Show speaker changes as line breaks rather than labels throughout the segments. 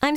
I'm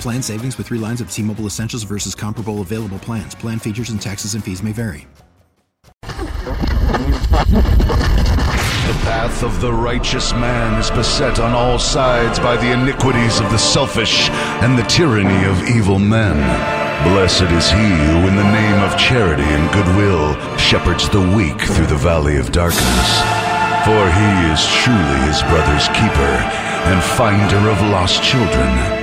Plan savings with three lines of T Mobile Essentials versus comparable available plans. Plan features and taxes and fees may vary.
The path of the righteous man is beset on all sides by the iniquities of the selfish and the tyranny of evil men. Blessed is he who, in the name of charity and goodwill, shepherds the weak through the valley of darkness. For he is truly his brother's keeper and finder of lost children.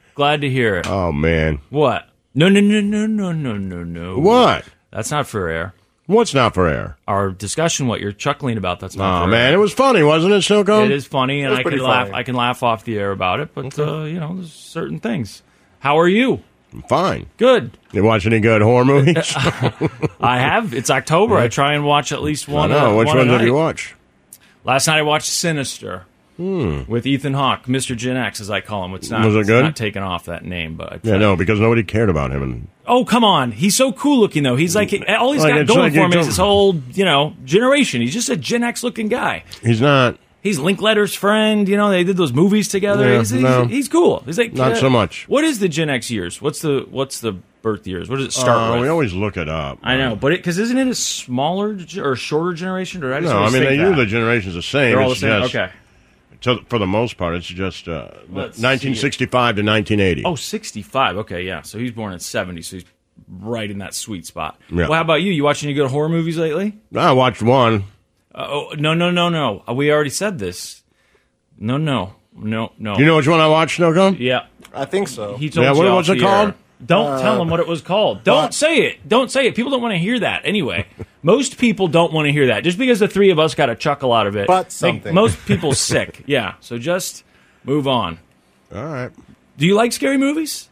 Glad to hear it.
Oh, man.
what? No, no, no, no, no, no, no, no.
What?
That's not for air.
What's not for air?
Our discussion, what you're chuckling about, that's not
Oh,
for
man.
air.
It was funny, wasn't it, Snowcone?
It is funny, and I can
pretty
laugh.
funny.
I can laugh off the air about it, but uh, you know, there's certain things. How are you?
I'm fine.
Good.
You watch any good horror movies? I
I have. It's October. I try and watch at least one.
know.
uh,
Which
one
one
a
did you
night.
watch?
Last night I watched Sinister with Ethan Hawke, Mr. Gen X, as I call him. It's not.
Hmm. Was it
it's
good?
Not taken off that name, but I
Yeah, no, because nobody cared about him. And
Oh, come on. He's so cool looking, though. He's like, all he's
Like,
got
it's
going
like
for
you
him is
don't-
his whole, you know, generation. He's just a Gen X looking guy.
he's not.
He's Linkletter's friend. You know, they did those movies together.
Yeah,
he's, he's,
no.
he's cool. He's like, uh,
Not so much.
What is the Gen X years? What's the what's the birth years? What does it start
Uh,
with?
we always look it up.
I know, but because isn't it a smaller ge- or shorter generation? Or I just
No, I
always
mean,
think
they
that.
usually the generation's the same.
they're all the
It's
same.
just-
Okay.
to- for the most part, it's just uh,
Let's
1965 to 1980.
Oh, 65. Okay, yeah. So he's born in 70, so he's right in that sweet spot.
Yeah.
Well, how about you? You watching any good horror movies lately?
I watched one.
Oh no no no no! We already said this. No no no no.
You know which one I watched, Snowcone?
yeah.
I think so. Uh,
He told
Yeah, what
you
was
off
it
the air.
called?
Don't tell him what it was called. Don't say it. Don't say it. People don't want to hear that. Anyway, most people don't want to hear that. Just because the three of us got a chuckle out of it,
But
make
something.
most people sick. Yeah. So just move on.
All right.
Do you like scary movies?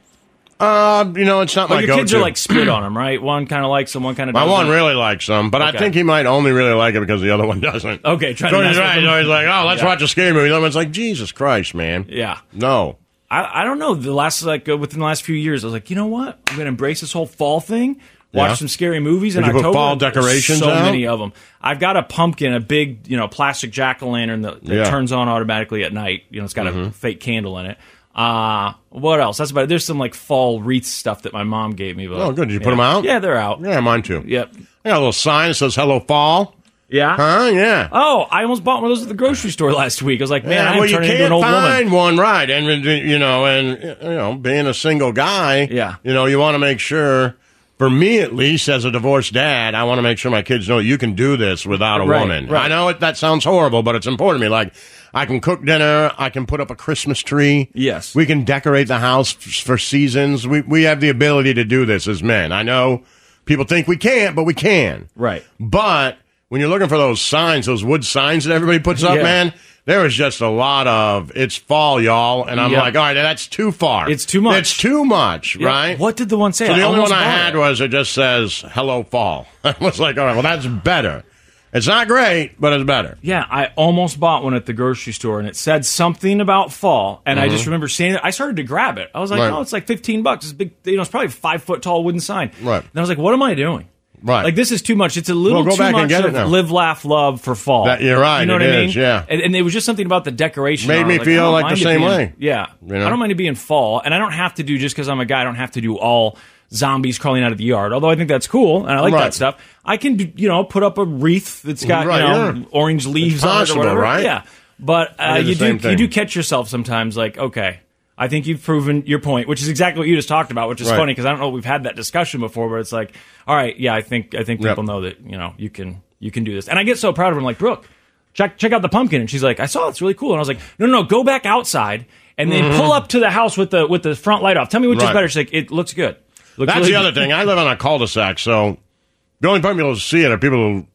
Uh, you know, it's not
Well,
my
Oh, your
go-to.
kids are like split on them, right? One kind of likes them, one kind of
My
doesn't.
one really likes them, but
Okay.
I think he might only really like it because the other one doesn't.
Okay, try to
so
mess
he's
with
right.
them.
So he's like, oh, let's
Yeah.
watch a scary movie. The other one's like, Jesus Christ, man.
Yeah.
No.
I, I don't know. The last like uh, within the last few years, I was like, you know what? I'm gonna embrace this whole fall thing. Watch
Yeah.
some scary movies in
Did you put
October.
fall decorations
so
out?
many of them. I've got a pumpkin, a big you know plastic jack o' lantern that, that
Yeah. Mm-hmm.
turns on automatically at night. You know, it's got a fake candle in it. Uh, what else? That's about it. There's some like fall wreath stuff that my mom gave me. But,
Oh, good. Did you put
yeah.
'em out?
Yeah, they're out.
Yeah, mine too.
Yep.
I got a little sign that says "Hello Fall."
Yeah.
Huh? Yeah.
Oh, I almost bought one of those at the grocery store last week. I was like, man,
yeah,
I'm
well, you
turning into an
can't
old
find
woman.
one right, and you know, and you know, being a single guy,
Yeah.
you know, you want to make sure. For me, at least, as a divorced dad, I want to make sure my kids know you can do this without a
Right,
woman.
right.
I know it, that sounds horrible, but it's important to me. Like, I can cook dinner, I can put up a Christmas tree.
Yes.
we can decorate the house f- for seasons. We we have the ability to do this as men. I know people think we can't, but we can.
Right.
But when you're looking for those signs, those wood signs that everybody puts up,
Yeah.
man, there is just a lot of it's fall, y'all. And I'm
Yep.
like, all right, that's too far.
It's too much.
It's too much,
Yeah.
right?
What did the one say?
So
I
the only
almost
one I
bought
had
it.
was it just says hello fall. I was like, all right, well that's better. It's not great, but it's better.
Yeah, I almost bought one at the grocery store, and it said something about fall. And I just remember seeing it. I started to grab it. I was like,
Mm-hmm. Right.
"Oh, it's like fifteen bucks. It's big. You know, it's probably a five foot tall wooden sign."
Right.
And I was like, "What am I doing?"
Right.
Like this is too much. It's a little
Well,
too
go back and
much
get it
of
now.
live, laugh, love for fall.
That- you're right,
You know
it
what I
is,
mean?
yeah.
And, and there was just something about the decoration.
Made
on it.
me
I
feel
don't
like the
mind it
same
being-
way.
Yeah.
You know?
I don't mind it being fall, and I don't have to do just because I'm a guy. I don't have to do all zombies crawling out of the yard. Although I think that's cool, and I like
Right.
that stuff. I can, do- you know, put up a wreath that's got
Right,
you know
yeah.
orange leaves
It's
on
possible,
it or whatever.
right?
Yeah. But
I
uh,
did the
you
same
do
thing.
you do catch yourself sometimes like okay. I think you've proven your point, which is exactly what you just talked about, which is
Right.
funny because I don't know if we've had that discussion before, where it's like, all right, yeah, I think I think
Yep.
people know that you know you can you can do this, and I get so proud of her. I'm like, Brooke, check check out the pumpkin, and she's like, I saw it, it's really cool, and I was like, no, no, no go back outside and then pull up to the house with the with the front light off. Tell me which
Mm-hmm. Right.
is better. She's like, it looks good. Looks
That's
really
the other
good."
thing. I live on a cul-de-sac, so the only people who see it are people who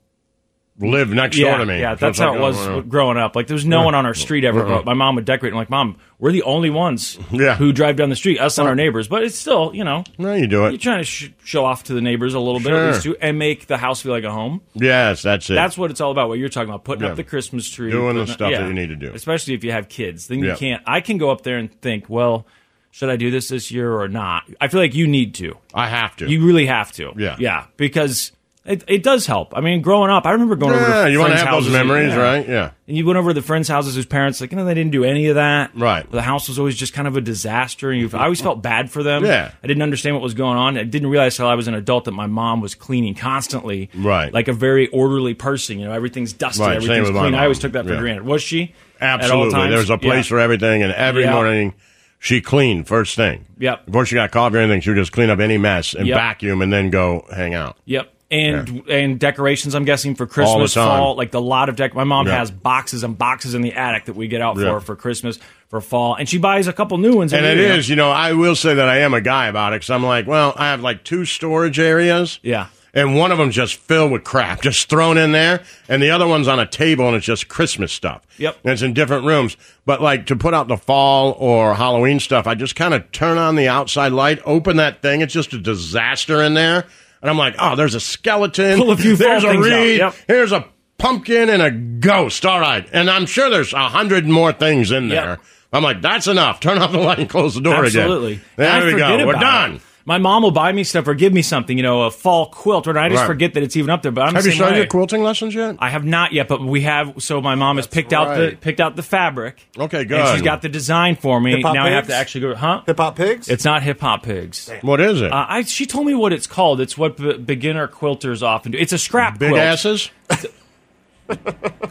live next
Yeah,
door to me.
yeah,
So it's
that's how
like,
it was
oh, well.
growing up. Like there was no one on our street ever. But my mom would decorate. and I'm like, mom, we're the only ones
Yeah.
who drive down the street, us and our neighbors. But it's still, you know,
No, you do
You're
it.
trying to sh- show off to the neighbors a little bit, at
Sure.
least, too, and make the house feel like a home.
Yes, that's it.
That's what it's all about. What you're talking about, putting
Yeah.
up the Christmas tree,
Doing the
putting up-
stuff that you need to do.
especially if you have kids. Then you
Yeah.
can't. I can go up there and think, well, should I do this this year or not? I feel like you need to.
I have to.
You really have to.
Yeah.
yeah, because it, it does help. I mean, growing up, I remember going over.
yeah,
To
you want to
friends'
have those
houses,
memories,
yeah.
right? Yeah.
And you went over to the friends' houses whose parents, like, you know, they didn't do any of that.
Right.
The house was always just kind of a disaster. And you, I always felt bad for them.
Yeah.
I didn't understand what was going on. I didn't realize till I was an adult that my mom was cleaning constantly.
Right.
Like a very orderly person. You know, everything's dusted,
Right, same
everything's
with my
clean.
mom.
I always took that for
Yeah.
granted. Was she? At all
Absolutely.
times?
There's a place
Yeah.
for everything, and every
Yeah.
morning she cleaned first thing.
Yep.
Before she got coffee or anything, she would just clean up any mess and
Yep.
vacuum and then go hang out.
Yep. And and decorations, I'm guessing for Christmas,
the time.
fall, like the lot of dec. My mom
Yeah.
has boxes and boxes in the attic that we get out
Yeah.
for for Christmas, for fall, and she buys a couple new ones.
And it
every year.
is, you know, I will say that I am a guy about it because I'm like, well, I have like two storage areas.
Yeah.
And one of them's just filled with crap, just thrown in there. And the other one's on a table and it's just Christmas stuff.
Yep.
And it's in different rooms. But like to put out the fall or Halloween stuff, I just kind of turn on the outside light, open that thing. It's just a disaster in there. And I'm like, oh, there's a skeleton.
Pull a few fall
there's a
things out.
reed.
Yep.
Here's a pumpkin and a ghost. All right. And I'm sure there's a hundred more things in
Yep.
there. I'm like, that's enough. Turn off the light and close the door
Absolutely.
again.
And I
There we
forget
go. We're
about it.
done.
My mom will buy me stuff or give me something, you know, a fall quilt, or I just
Right.
forget that it's even up there. But I'm
Have
the
you
same
started
way.
your quilting lessons yet?
I have not yet, but we have. So my mom has picked out the
right.
picked out the fabric.
Okay,
And
good.
she's got the design for me.
Hip-hop
now I have to
pigs?
actually go. Huh?
Hip hop pigs.
It's not hip hop pigs.
What is it?
Uh, I, she told me what it's called. It's what b- beginner quilters often do. It's a scrap
Big
quilt.
asses?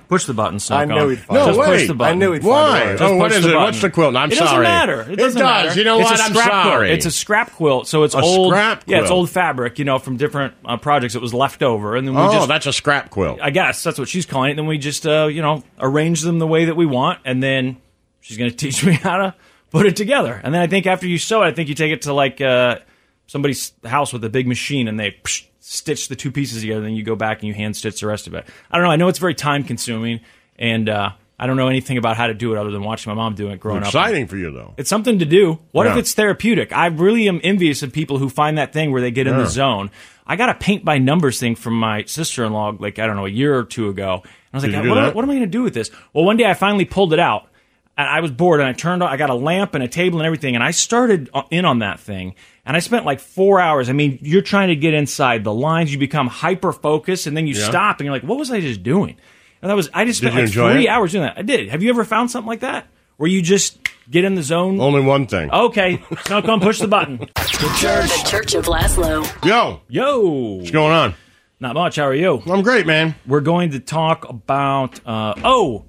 Push the button, Snooker.
I knew he'd find
No,
Just
wait.
push the button.
I knew he'd find a
Why?
way.
Just
oh, what
push
is
the
it?
button.
What's the quilt? I'm
it
sorry.
doesn't matter. It, doesn't
does.
matter.
You know
it's
what?
A
I'm
scrap quilt.
sorry.
It's a scrap quilt, so it's
A
old.
scrap
Yeah, it's
quilt.
old fabric, you know, from different uh, projects. It was left over, and then we
Oh,
just.
that's a scrap quilt.
I guess that's what she's calling it. Then we just, uh, you know, arrange them the way that we want, and then she's going to teach me how to put it together. And then I think after you sew it, I think you take it to like uh, somebody's house with a big machine, and they psh, stitch the two pieces together. Then you go back and you hand stitch the rest of it. I don't know. I know it's very time consuming, and uh, I don't know anything about how to do it other than watching my mom do it growing up.
Exciting for you, though.
It's something to do. What if
Yeah.
it's therapeutic? I really am envious of people who find that thing where they get in the zone. I got a paint by numbers thing from my sister in law, like, I don't know, a year or two ago. And I was
Did
like,
you do
what, am I-
that?
what am I going to do with this? Well, one day I finally pulled it out. And I was bored and I turned on, I got a lamp and a table and everything. And I started o- in on that thing. And I spent like four hours. I mean, you're trying to get inside the lines, you become hyper focused, and then you stop and you're like, what was I just doing? And that was, I just
Did
spent
you
like
enjoy
three
it?
hours doing that. I did. Have you ever found something like that? Where you just get in the zone?
Only one thing.
Okay, now come push the button.
The Church of Laszlo.
Yo,
Yo,
what's going on?
not much. How are you?
I'm great, man.
We're going to talk about uh, oh,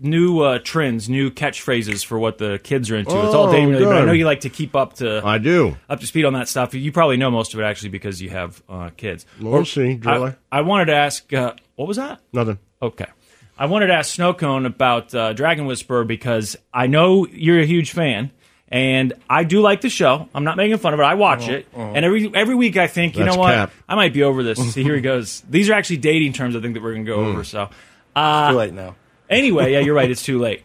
new uh, trends, new catchphrases for what the kids are into. it's all
Oh,
dating related, but I
good.
know you like to keep up to
I do.
up to speed on that stuff. You probably know most of it actually because you have uh, kids.
We'll see,
I,
Driller.
I wanted to ask, uh, what was that?
Nothing.
Okay. I wanted to ask Snowcone about uh, Dragon Whisperer because I know you're a huge fan, and I do like the show. I'm not making fun of it. I watch it, and every every week I think, you
Uh-huh. That's
know what,
cap.
I might be over this. See, here he goes. These are actually dating terms. I think that we're going to
Mm.
go over. So,
too late now.
Anyway, yeah, you're right. It's too late.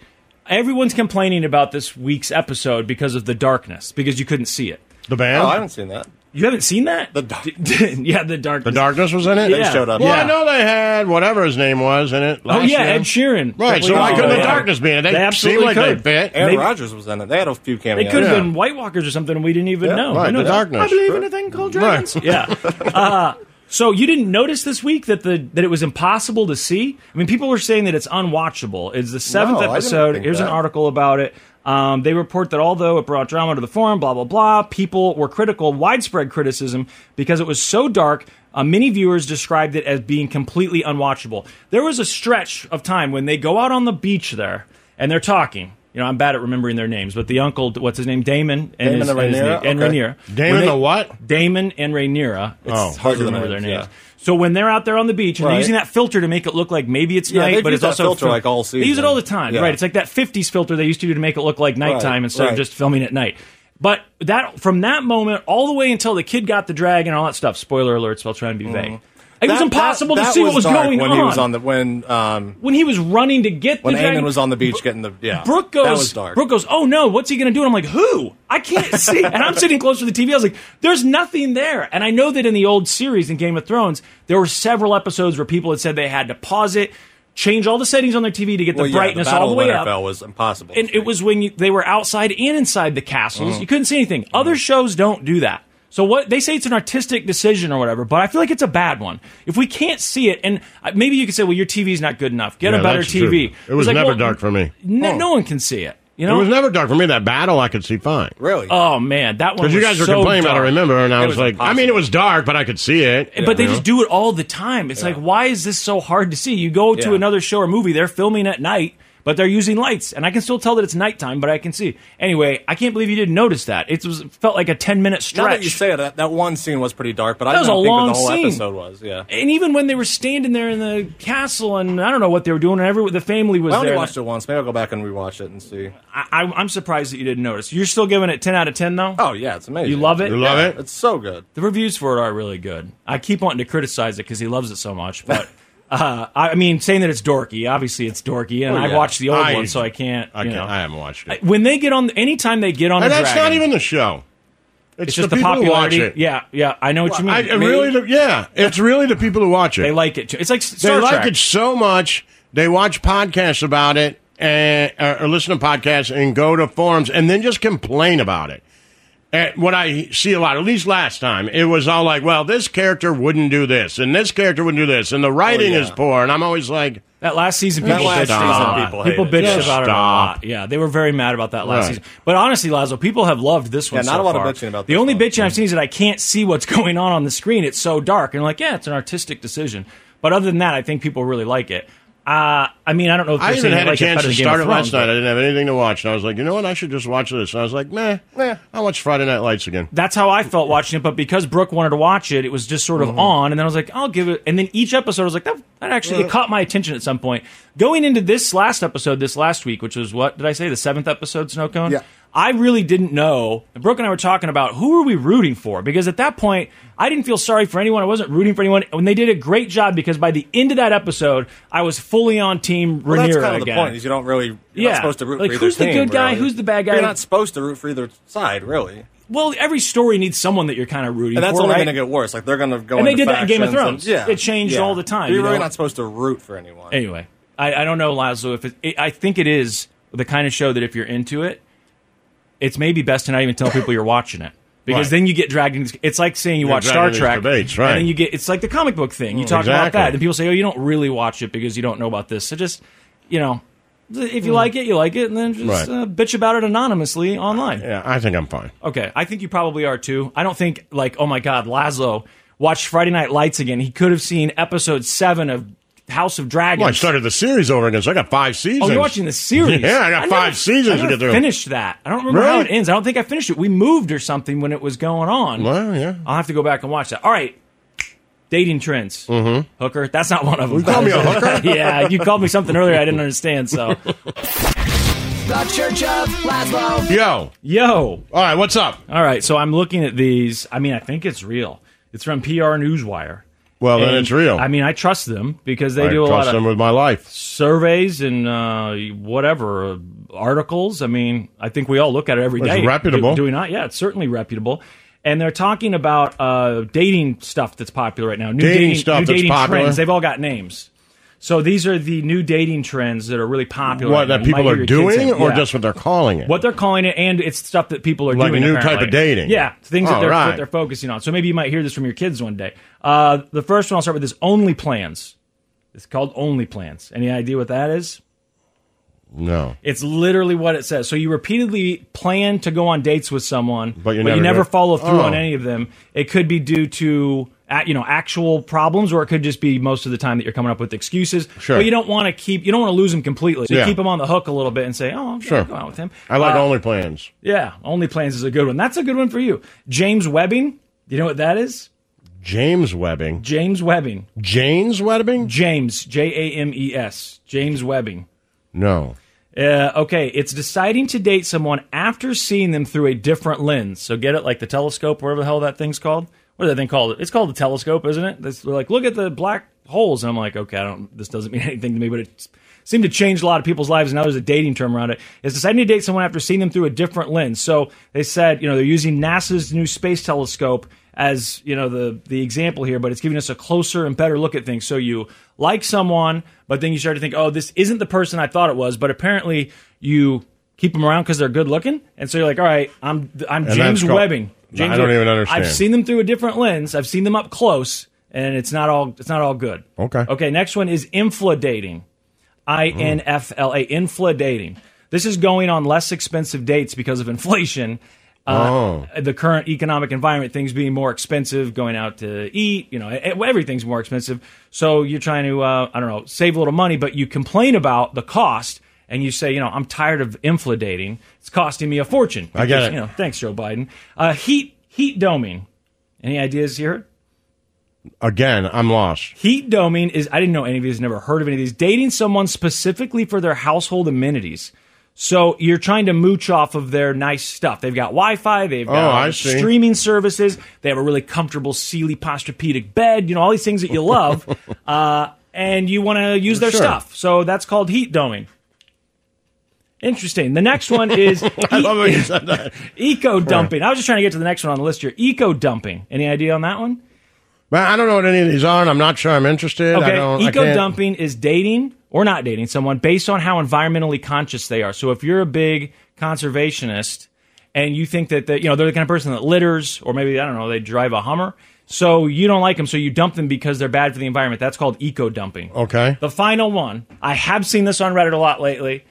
Everyone's complaining about this week's episode because of the darkness, because you couldn't see it.
The band?
Oh, I haven't seen that.
You haven't seen that?
The dark-
yeah, the dark.
the darkness was in it?
They
Yeah.
showed up.
Well, I
yeah.
know they had whatever his name was in it.
Oh
last
yeah,
year.
Ed Sheeran.
Right, so why
Oh,
couldn't the
yeah.
darkness be in it? They, seemed
absolutely
like
could.
they fit.
Aaron
They-
Rodgers was in it. They had a few
They
cameos.
could have
Yeah.
been White Walkers or something, and we didn't even know.
right,
I know
the
that.
darkness.
I believe in a thing called
Right.
dragons. Yeah. Uh, So you didn't notice this week that the that it was impossible to see. I mean, people were saying that it's unwatchable. It's the seventh
No, I didn't
episode.
think
Here's an
that.
article about it. Um, they report that although it brought drama to the forum, blah blah blah, people were critical, widespread criticism because it was so dark. Uh, many viewers described it as being completely unwatchable. There was a stretch of time when they go out on the beach there and they're talking. You know, I'm bad at remembering their names, but the uncle, what's his name, Damon,
Damon
and his,
and
and his
Rhaenyra?
name- and
Okay.
Rhaenyra.
Damon
When
the what?
Damon and Rhaenyra. It's
Oh.
hard to remember their
Hard to
names.
remember,
So when they're out there on the beach and they're
Right.
using that filter to make it look like maybe it's
Yeah,
night,
they've
but
used
it's
that
also
filter,
fil-
like, all
They use it
season.
all the time,
Yeah.
right? It's like that '50s filter they used to do to make it look like nighttime
Right,
instead of
right.
just filming at night. But that from that moment all the way until the kid got the dragon and all that stuff. Spoiler alerts. So I'll try and be vague. It
Mm-hmm.
was
That-
impossible
that-
to
that
see what was
dark
going
when
on.
he was on the when um
when he was running to get
when
the dragon.
Aemon was on the beach getting the yeah.
Brooke goes,
that was dark.
Brooke goes, oh no, what's he going to do? And I'm like, who? I can't see. and I'm sitting close to the TV. I was like, there's nothing there. And I know that in the old series in Game of Thrones, there were several episodes where people had said they had to pause it, change all the settings on their TV to get
Well,
the
yeah,
brightness
Battle
all the
of
way
Winterfell
up.
was impossible.
And it was when you, they were outside and inside the castles.
Mm-hmm.
You couldn't see anything. Other shows don't do that. So what they say it's an artistic decision or whatever, but I feel like it's a bad one. If we can't see it, and uh, maybe you could say, "Well, your TV's not good enough. Get a
Yeah,
better
that's true.
TV."
It
It's
was
like,
never
well,
dark for me.
No, no one can see it. You know,
It Oh. was never dark for me. That battle I could see fine.
really
Oh man, that one.
Because you
was
guys were
so
complaining
dark.
about it, I remember, and I
It
was,
was
like, I mean,
impossible.
it was dark, but I could see it.
But they
You know?
just do it all the time. It's like, why is this so hard to see? You go to
Yeah.
another show or movie, they're filming at night, but they're using lights, and I can still tell that it's nighttime, but I can see. Anyway, I can't believe you didn't notice that. It was felt like a ten minute
now that
stretch.
you say it, that, that one scene was pretty dark, but I
That
don't
was a
think
long
that the whole
scene.
episode was. Yeah,
and even when they were standing there in the castle, and I don't know what they were doing, and every, the family was
I only
there.
watched it once. Maybe I'll go back and rewatch it and see.
I, I, I'm surprised that you didn't notice. You're still giving it ten out of ten, though.
Oh yeah, it's amazing.
You love it? You
love
Yeah,
it?
It's so good.
The reviews for it are really good. I keep wanting to criticize it because he loves it so much, but uh, I mean, saying that it's dorky, obviously it's dorky, and
Well,
I
yeah.
watched the old
Oh, I-
one, so I can't.
I,
you
can't,
know.
I haven't watched it.
when they get on, anytime they get on,
and
the
that's
dragon,
not even the show. It's,
It's just the,
the, people
popularity.
who watch it.
Yeah, yeah, I know what you mean.
I, it
Maybe
really, the- yeah, it's really the people who watch it.
they like it. Too. It's like
They
Star
like
Trek.
it so much they watch podcasts about it and uh, or, or listen to podcasts and go to forums and then just complain about it. And what I see a lot, at least last time, it was all like, "Well, this character wouldn't do this, and this character wouldn't do this,
Oh,
and the writing
yeah.
is poor." And I'm always like,
That last season,
That
people
last
bitched about
season,
it a lot.
people
people
hated it.
bitched
Just
about it a
stop.
lot. Yeah, they were very mad about that last
Right.
season. But honestly, Lazo, people have loved this one.
Yeah, not
so
a lot of
far.
bitching about
The
this
only
one. Mm.
bitching I've seen is that I can't see what's going on on the screen. It's so dark, and like, yeah, it's an artistic decision. But other than that, I think people really like it. Uh, I mean, I don't know. if
I
they're
even
saying
had
they
a
like it
chance
better
to
than Game
start
of
it last
Thrones,
night. I
but
didn't have anything to watch, and I was like, "You know what? I should just watch this." And I was like, "Meh, meh. I'll watch Friday Night Lights again."
That's how I felt watching it. But because Brooke wanted to watch it, it was just
Mm-hmm.
sort of on, and then I was like, I'll give it. And then each episode, I was like, that, that actually it caught my attention at some point. Going into this last episode, this last week, which was what did I say? The seventh episode, Snow Cone.
Yeah.
I really didn't know. and Brooke and I were talking about who are we rooting for because at that point I didn't feel sorry for anyone. I wasn't rooting for anyone. And they did a great job because by the end of that episode, I was fully on team
Well, that's
Rhaenyra
kind of
again.
the point is you don't really you're
Yeah.
not supposed to root
Like,
for either
who's the
team,
good guy,
really.
who's the bad guy?
You're not supposed to root for either side, really.
Well, every story needs someone that you're kind of rooting
And that's
for.
only
right?
going to get worse. Like they're going to go.
And they
into
did that in Game of
factions and-
Thrones. It changed all the time,
You're
you
really
know?
not supposed to root for anyone.
Anyway, I, I don't know, Lazo. If it, it, I think it is the kind of show that if you're into it, it's maybe best to not even tell people you're watching it because
Right.
then you get dragged into. It's like saying you
You're
watch
dragged
Star
into these
Trek,
debates, right. Mm,
And then you get it's like the comic book thing. You talk about
exactly.
that, and people say, "Oh, you don't really watch it because you don't know about this." So just you know, if you like it, you like it, and then just
Mm. Right.
uh, bitch about it anonymously online.
Yeah, I think I'm fine.
Okay, I think you probably are too. I don't think like oh my god, Lazo watched Friday Night Lights again. He could have seen episode seven of House of Dragons.
Well, I started the series over again, so I got five seasons.
Oh, you're watching the series.
Yeah, I got five
never-
seasons
I
to
never
get through.
Finished that. I don't remember how
Really?
it ends. I don't think I finished it. We moved or something when it was going on.
Well, Oh, yeah.
I'll have to go back and watch that. All right. Dating trends. Mm-hmm. Hooker. That's not one of them. You
called me a hooker?
yeah, you called me something earlier I didn't understand. So,
The Church of Laszlo.
Yo,
yo.
all right, what's up?
All right. So I'm looking at these. I mean, I think it's real. It's from PR Newswire.
Well, then
And,
it's real.
I mean, I trust them because they
I
do a lot
trust
of
them with my life.
surveys and uh, whatever uh, articles. I mean, I think we all look at it every day.
It's reputable.
Do, do we not? Yeah, it's certainly reputable. And they're talking about uh, dating stuff that's popular right now. New
Dating
dating,
stuff
new
that's
dating
popular.
trends. They've all got names. So these are the new dating trends that are really popular.
What
right
that
now. You might
people
hear
are
your kids
doing,
saying-
or
yeah.
just what they're calling it?
what they're calling it, and it's stuff that people are
Like a
doing.
new type
apparently.
of dating.
Yeah, things that
All
they're,
right.
that they're focusing on. So maybe you might hear this from your kids one day. Uh, the first one I'll start with is Only Plans. It's called Only Plans. Any idea what that is?
No.
It's literally what it says. So you repeatedly plan to go on dates with someone,
But you never
you
do
never
it.
follow through on
Oh.
any of them. It could be due to a- you know actual problems, or it could just be most of the time that you're coming up with excuses.
Sure.
But you don't want to keep you don't want to lose them completely. So
Yeah.
you keep them on the hook a little bit and say, oh, I'm
Sure.
sure, go out with him.
I like
Uh,
only plans.
yeah, Only Plans is a good one. That's a good one for you. James Webbing. You know what that is?
James Webbing.
James Webbing.
Jane's Webbing?
James, J A M E S. James Webbing.
No.
Uh, okay, it's deciding to date someone after seeing them through a different lens. So get it, like the telescope, whatever the hell that thing's called. What is that thing called? It's called the telescope, isn't it? That's they're like, look at the black holes. And I'm like, okay, I don't. This doesn't mean anything to me, but it seemed to change a lot of people's lives. And now there's a dating term around it. It's deciding to date someone after seeing them through a different lens. So they said, you know, they're using NASA's new space telescope as you know the the example here, but it's giving us a closer and better look at things. So you like someone, but then you start to think, oh, this isn't the person I thought it was. But apparently, you keep them around because they're good looking, and so you're like, all right, I'm I'm
And
James
that's called-
Webbing.
I
James
don't
Webbing.
even understand.
I've seen them through a different lens. I've seen them up close, and it's not all it's not all good.
Okay.
Okay. Next one is infla dating. I N F L A, infla dating. This is going on less expensive dates because of inflation. Uh, The current economic environment, things being more expensive, going out to eat, you know, e- everything's more expensive. So you're trying to, uh, I don't know, save a little money, but you complain about the cost and you say, you know, I'm tired of infla dating. It's costing me a fortune.
I get it.
You know, thanks, Joe Biden. Uh, heat, heat doming. Any ideas here?
Again, I'm lost.
Heat doming is, I didn't know any of these, never heard of any of these. Dating someone specifically for their household amenities. So you're trying to mooch off of their nice stuff. They've got Wi Fi, they've
Oh, I
got
see.
streaming services, they have a really comfortable Sealy posturpedic bed, you know, all these things that you love. uh, and you want to use their
Sure.
stuff. So that's called heat doming. Interesting. The next one is e-,
I love how you said that.
eco dumping. I was just trying to get to the next one on the list here. Eco dumping. Any idea on that one?
Man, I don't know what any of these are, and I'm not sure I'm interested. I don't,
Okay,
I
eco
can't-
dumping is dating or not dating someone based on how environmentally conscious they are. So if you're a big conservationist and you think that that you know they're the kind of person that litters, or maybe I don't know, they drive a Hummer, so you don't like them, so you dump them because they're bad for the environment. That's called eco dumping.
Okay.
The final one, I have seen this on Reddit a lot lately.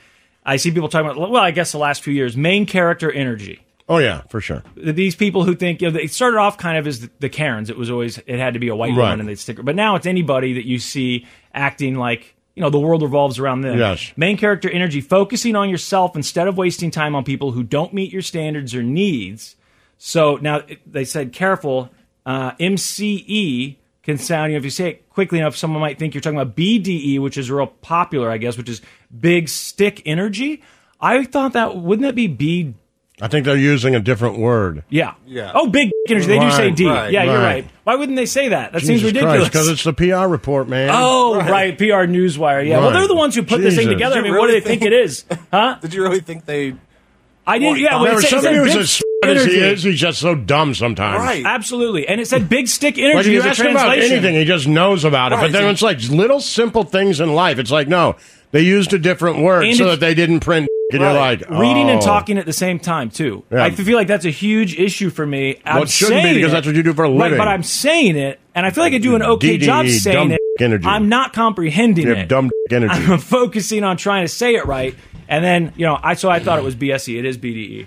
I see people talking about, well, I guess the last few years, main character energy
Oh, yeah, for sure.
these people who think you know they started off kind of as the, the Karens. It was always it had to be a white
Right.
woman and they'd stick. But now it's anybody that you see acting like you know the world revolves around them.
Yes.
Main character energy focusing on yourself instead of wasting time on people who don't meet your standards or needs. So now it- they said careful. Uh, MCE can sound you know if you say it quickly enough, someone might think you're talking about BDE, which is real popular, I guess, which is big stick energy. I thought that wouldn't that be B E?
I think they're using a different word.
yeah.
Yeah.
Oh, big energy. They do say
Right,
D.
right,
yeah, you're
right.
right. Why wouldn't they say that? That seems
Because
ridiculous.
it's the PR report, man.
oh, right. PR Newswire. Yeah. Well,
Right.
they're the ones who put this
Jesus.
thing together. I
Did you
mean, what do they
really
think
think-
it is? Huh?
Did you really think they?
I didn't. Yeah.
Well,
When
Whenever
it said, it said
somebody who's
big
as smart as he
energy.
is, he's just so dumb sometimes.
Right.
Absolutely. And it said big stick
Like
energy
you
is a
ask him about
translation.
anything, he just knows about it.
Right,
But then
so-
it's like little simple things in life. It's like no, they used a different word
And
so
it's-
that they didn't print. And you're
Right.
like
Reading and
oh.
talking at the same time too.
Yeah.
I feel like that's a huge issue for me. I'm
Well, it shouldn't be,
saying
because
it-
that's what you do for a
Right,
living.
but I'm saying it, and I feel like I do an okay
DDE,
job
dumb
saying it.
energy.
I'm not comprehending
You
it.
have dumb energy.
I'm focusing on trying to say it right, and then you know, I so I thought it was BSE. It is BDE.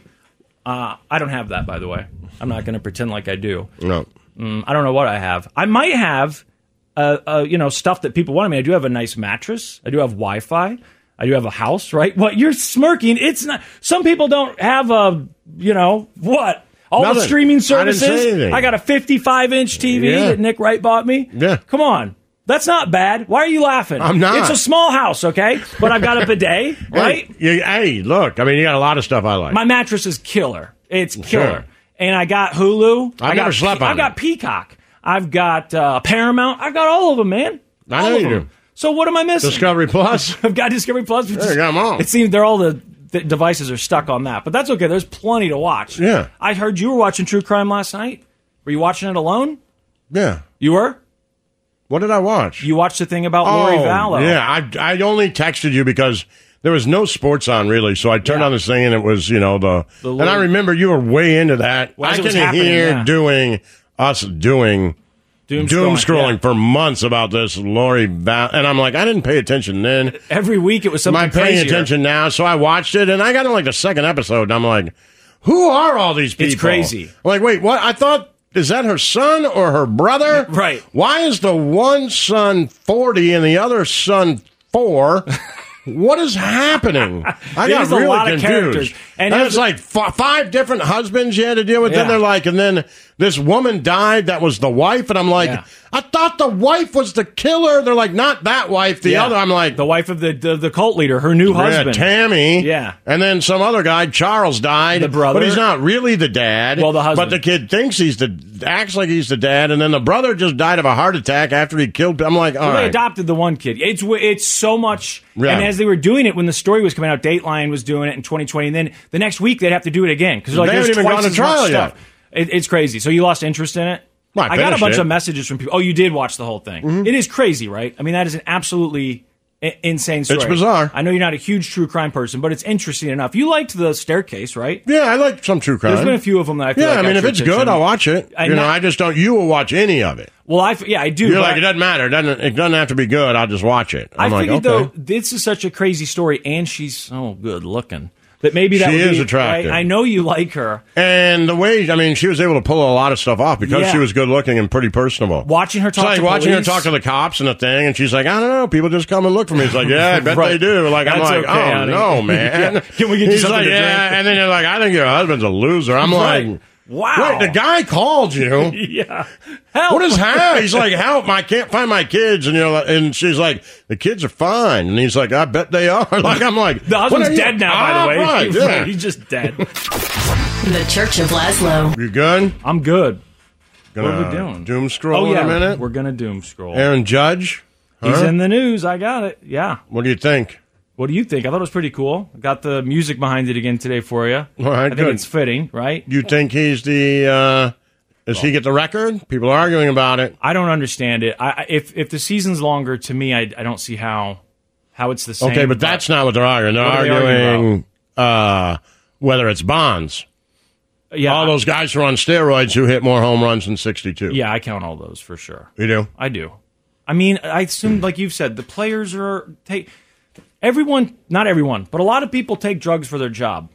Uh, I don't have that, by the way. I'm not going to pretend like I do.
no.
Mm, I don't know what I have. I might have, uh, uh, you know, stuff that people want. I mean, I do have a nice mattress. I do have Wi-Fi. I do have a house, right? What you're smirking? It's not. Some people don't have a, you know, what all the
Nothing.
streaming
I didn't
services.
say anything.
got a 55 inch TV
Yeah.
that Nick Wright bought me.
Yeah.
come on. That's not bad. Why are you laughing?
I'm not.
It's a small house, okay? But I've got a bidet, right?
Hey, you- hey, look. I mean, you got a lot of stuff I like.
My mattress is killer. It's killer.
Sure.
And I got Hulu.
I've
I
never
got,
slept
Pe-
on
I've got
it.
Peacock. I've got uh, Paramount. I've got all of them, man.
I
all
know
of
you
them.
do.
So what am I missing?
Discovery Plus.
I've got Discovery Plus. Which
Yeah, you
is-
got 'em all.
It seems they're all the, the devices are stuck on that, but that's okay. There's plenty to watch.
Yeah.
I heard you were watching True Crime last night. Were you watching it alone?
yeah.
You were.
What did I watch?
You watched the thing about Lori Vallow.
Oh, Yeah, I, I only texted you because there was no sports on really, so I turned on this thing and it was you know the,
The
and I
Lori-
remember you were way into that.
Well, as
I
it was
can
happening,
hear
yeah.
doing us doing
Doom,
doom
scrolling,
scrolling for months about this Lori Val, and I'm like I didn't pay attention then.
yeah. Every week it was
Am
something
I paying
crazier.
attention now? So I watched it and I got in like the second episode and I'm like, who are all these people?
It's crazy.
I'm like, wait, what? I thought. Is that her son or her brother?
Right.
Why is the one son 40 and the other son 4? what is happening? I
It
got
is a
really
lot of
confused.
characters.
And,
And here's
it's
the-
like f- five different husbands you had to deal with. Then
Yeah.
they're like, and then this woman died that was the wife. And I'm like,
Yeah.
I thought the wife was the killer. They're like, not that wife, the
Yeah.
other. I'm like,
the wife of the the, the cult leader, her new husband.
yeah, Tammy.
Yeah.
And then some other guy, Charles, died.
The brother.
But he's not really the dad.
Well, the husband.
But the kid thinks he's the, acts like he's the dad. And then the brother just died of a heart attack after he killed. I'm like, all
Well, they
right.
adopted the one kid. It's w- it's so much.
Yeah.
And as they were doing it, when the story was coming out, Dateline was doing it in 2020, and then the next week they'd have to do it again because like
They
there's
haven't even
twice
gone to
as much
trial yet.
stuff. It, it's crazy. So you lost interest in it.
Well, I
I, got a
finished
bunch
it. Mm-hmm.
of messages from people. Oh, you did watch the whole thing. It is crazy, right? I mean, that is an absolutely i- insane story.
bizarre.
I know you're not a huge true crime person, but it's interesting enough. You liked the staircase, right?
yeah, I like some true crime.
There's been a few of them that I feel
yeah,
like
I mean, if
actually
it's
pitch
good,
in.
I'll watch it.
I-
you know,
not-
I just don't. You will watch any of it.
Well, I f- yeah, I do.
You're
but
like,
I-
it doesn't matter. It doesn't, it doesn't have to be good. I'll just watch it.
I
I'm like,
figured
okay.
though this is such a crazy story, and she's so good looking that maybe that
She
would
is
be,
attractive.
I, I know you like her.
And the way, I mean, she was able to pull a lot of stuff off because
Yeah.
she was good looking and pretty personable.
Watching her talk
it's like
to
watching
police.
her talk to the cops and the thing, and she's like, I don't know, people just come and look for me. It's like, yeah, I bet
Right.
they do. Like I'm
That's
like,
okay,
oh
honey.
no, man.
Yeah. Can we get you
He's
something
like,
to
yeah,
drink?
and then you're like, I think your husband's a loser. I'm
Right.
like,
Wow.
wait, the guy called you.
Yeah, help.
What is how? He's like, help! I can't find my kids, and you're like, and she's like, the kids are fine, and he's like, I bet they are. Like I'm like,
The
what are
husband's
you-
dead now, by
Ah,
the way.
right, yeah.
He's just dead.
The Church of Laszlo.
You good?
I'm good.
Gonna
what are we doing?
Doom scroll
oh, yeah,
in a minute.
We're gonna doom scroll.
Aaron Judge.
He's
Huh?
in the news. I got it. Yeah.
What do you think?
What do you think? I thought it was pretty cool. Got the music behind it again today for you.
All right,
I think
good.
it's fitting, right?
You think he's the? uh Does he get the record? People are arguing about it.
I don't understand it. I, I if if the season's longer, to me, I, I don't see how how it's the same.
Okay, but that's not what they're arguing. They're
What are they
arguing
arguing
uh, whether it's Bonds.
yeah,
All those guys who are on steroids who hit more home runs than sixty-two.
Yeah, I count all those for sure.
you do.
I do. I mean, I assume, like you've said, the players are take everyone, not everyone, but a lot of people take drugs for their job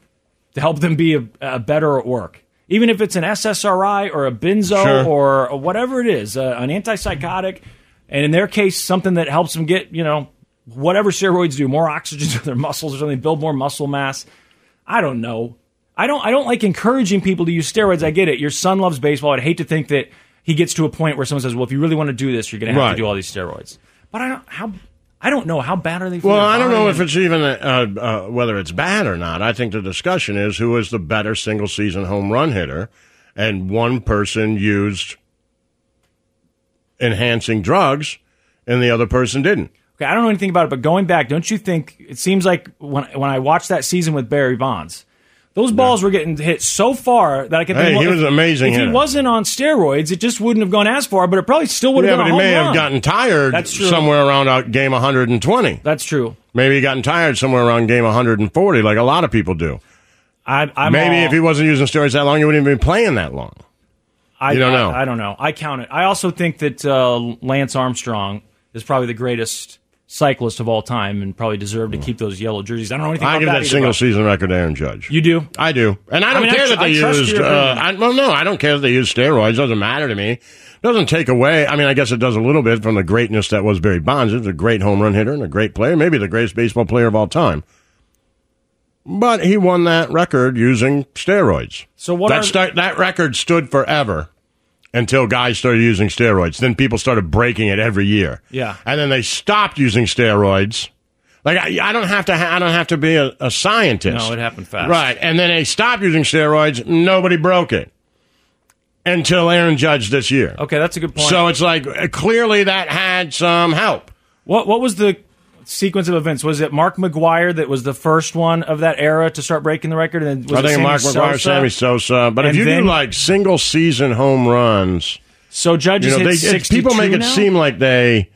to help them be a, a better at work. Even if it's an SSRI or a benzo
Sure.
or whatever it is, uh, an antipsychotic, and in their case, something that helps them get, you know, whatever steroids do, more oxygen to their muscles or something, build more muscle mass. I don't know. I don't. I don't like encouraging people to use steroids. I get it. Your son loves baseball. I'd hate to think that he gets to a point where someone says, "Well, if you really want to do this, you're going to have to
Right.
do all these steroids." But I don't. How? I don't know. How bad are they? For
Well,
your
I don't
body?
know if it's even uh, uh, whether it's bad or not. I think the discussion is who is the better single season home run hitter, and one person used enhancing drugs, and the other person didn't.
Okay, I don't know anything about it, but going back, don't you think it seems like when when I watched that season with Barry Bonds, those balls were getting hit so far that I could.
Hey,
think, well,
he was
if-
an amazing
If
hitter.
he wasn't on steroids, it just wouldn't have gone as far, but it probably still would
Yeah,
have
but
been
he
a home
may
run.
have gotten tired
That's true.
somewhere around uh, game 120.
That's true.
Maybe he gotten tired somewhere around game 140, like a lot of people do.
I, I'm
Maybe
all-
if he wasn't using steroids that long, he wouldn't even be playing that long.
I
You don't know.
I, I don't know. I count it. I also think that uh, Lance Armstrong is probably the greatest cyclist of all time and probably deserved to keep those yellow jerseys. I don't know anything
Hmm. I
about
give that
either,
single
but-
season record to Aaron Judge.
You do?
I do, and I
I
don't
mean, I
care
tr-
that they
I trust
used.
your
Uh, I,
opinion.
well, no, I don't care that they used steroids. Doesn't matter to me. Doesn't take away. I mean, I guess it does a little bit from the greatness that was Barry Bonds. He was a great home run hitter and a great player, maybe the greatest baseball player of all time. But he won that record using steroids.
So what
that
are-
sta- that record stood forever until guys started using steroids. Then people started breaking it every year.
Yeah.
and then they stopped using steroids. Like I, I don't have to. Ha- I don't have to be a, a scientist.
No, it happened fast.
Right, and then they stopped using steroids. Nobody broke it until Aaron Judge this year.
Okay, that's a good point.
So it's like uh, clearly that had some help.
What what was the sequence of events? Was it Mark McGuire that was the first one of that era to start breaking the record? And then was
I think
it
Mark
Sammy
McGuire,
Sosa?
Sammy Sosa. But if
And
you
then-
do like single season home runs,
So judges
You know,
hit
they- it-
62
people make it
now?
seem like they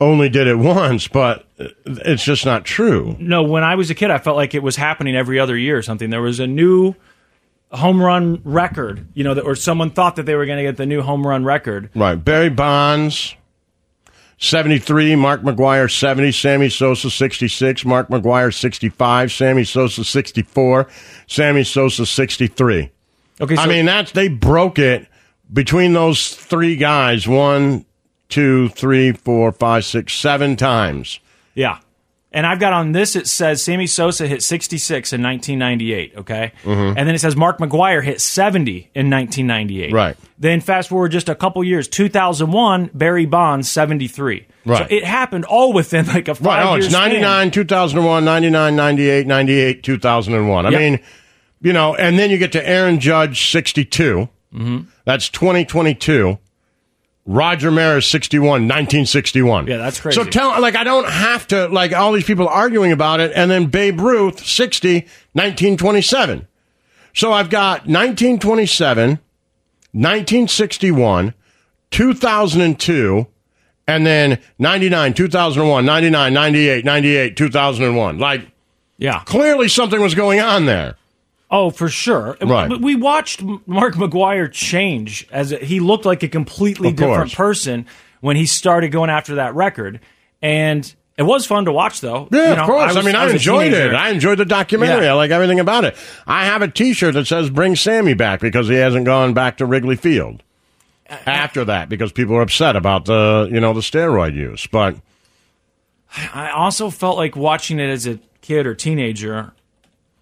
only did it once, but uh, it's just not true.
No, when I was a kid, I felt like it was happening every other year or something. There was a new home run record, you know, that, or someone thought that they were going to get the new home run record.
Right. Barry Bonds, 73. Mark McGuire, 70. Sammy Sosa, 66. Mark McGuire, 65. Sammy Sosa, 64. Sammy Sosa, 63.
Okay, so
I mean, that's they broke it between those three guys one, two, three, four, five, six, seven times.
yeah. And I've got on this, it says Sammy Sosa hit 66 in 1998, okay?
Mm-hmm.
And then it says Mark McGuire hit 70 in 1998.
Right.
Then fast forward just a couple years, 2001, Barry Bonds, 73. So
Right.
it happened all within like a five
Right. Oh,
year
it's
span.
99, 2001, 99, 98, 98, 2001. I
Yep.
mean, you know, and then you get to Aaron Judge, 62. That's 2022. Roger Maris, 61, 1961.
Yeah, that's
So
crazy.
tell, like, I don't have to, like, all these people arguing about it. And then Babe Ruth, 60, 1927. So I've got 1927, 1961, 2002, and then 99, 2001, 99, 98, 98, 2001. Like,
Yeah.
clearly something was going on there.
Oh, for sure.
Right.
But we watched M- Mark McGuire change as a, he looked like a completely
Of
different
course.
person when he started going after that record, and it was fun to watch though.
Yeah,
You
of
know,
course. I,
was-
mean, I,
was a
enjoyed it.
teenager.
I enjoyed the documentary.
Yeah.
I like everything about it. I have a t shirt that says Bring Sammy Back because he hasn't gone back to Wrigley Field Uh, after that because people are upset about the, you know, the steroid use. But.
I also felt like watching it as a kid or teenager.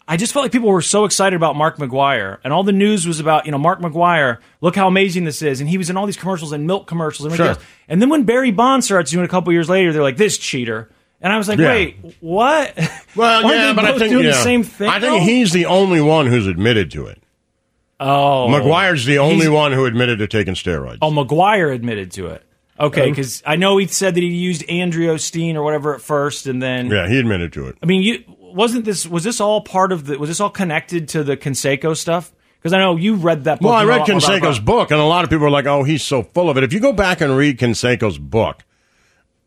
I just felt like people were so excited about Mark McGuire, and all the news was about you know Mark McGuire. Look how amazing this is, and he was in all these commercials and milk commercials and everything
Sure.
else. And then when Barry Bonds starts doing it a couple years later, they're like this cheater, and I was like,
Yeah.
wait, what?
Well,
Aren't
yeah,
they
but
both
I think
doing
yeah.
the same thing.
I think
though?
he's the only one who's admitted to it.
oh
McGuire's the only
He's-
one who admitted to taking steroids.
Oh, McGuire admitted to it. Okay,
Um,
because I know he said that he used Andriosteen or whatever at first, and then
Yeah, he admitted to it.
I mean, you wasn't this was this all part of the was this all connected to the Conseco stuff? Because I know you read that book.
Well, I
You know
read
a lot more about-
Canseco's book, and a lot of people are like, "Oh, he's so full of it." If you go back and read Canseco's book,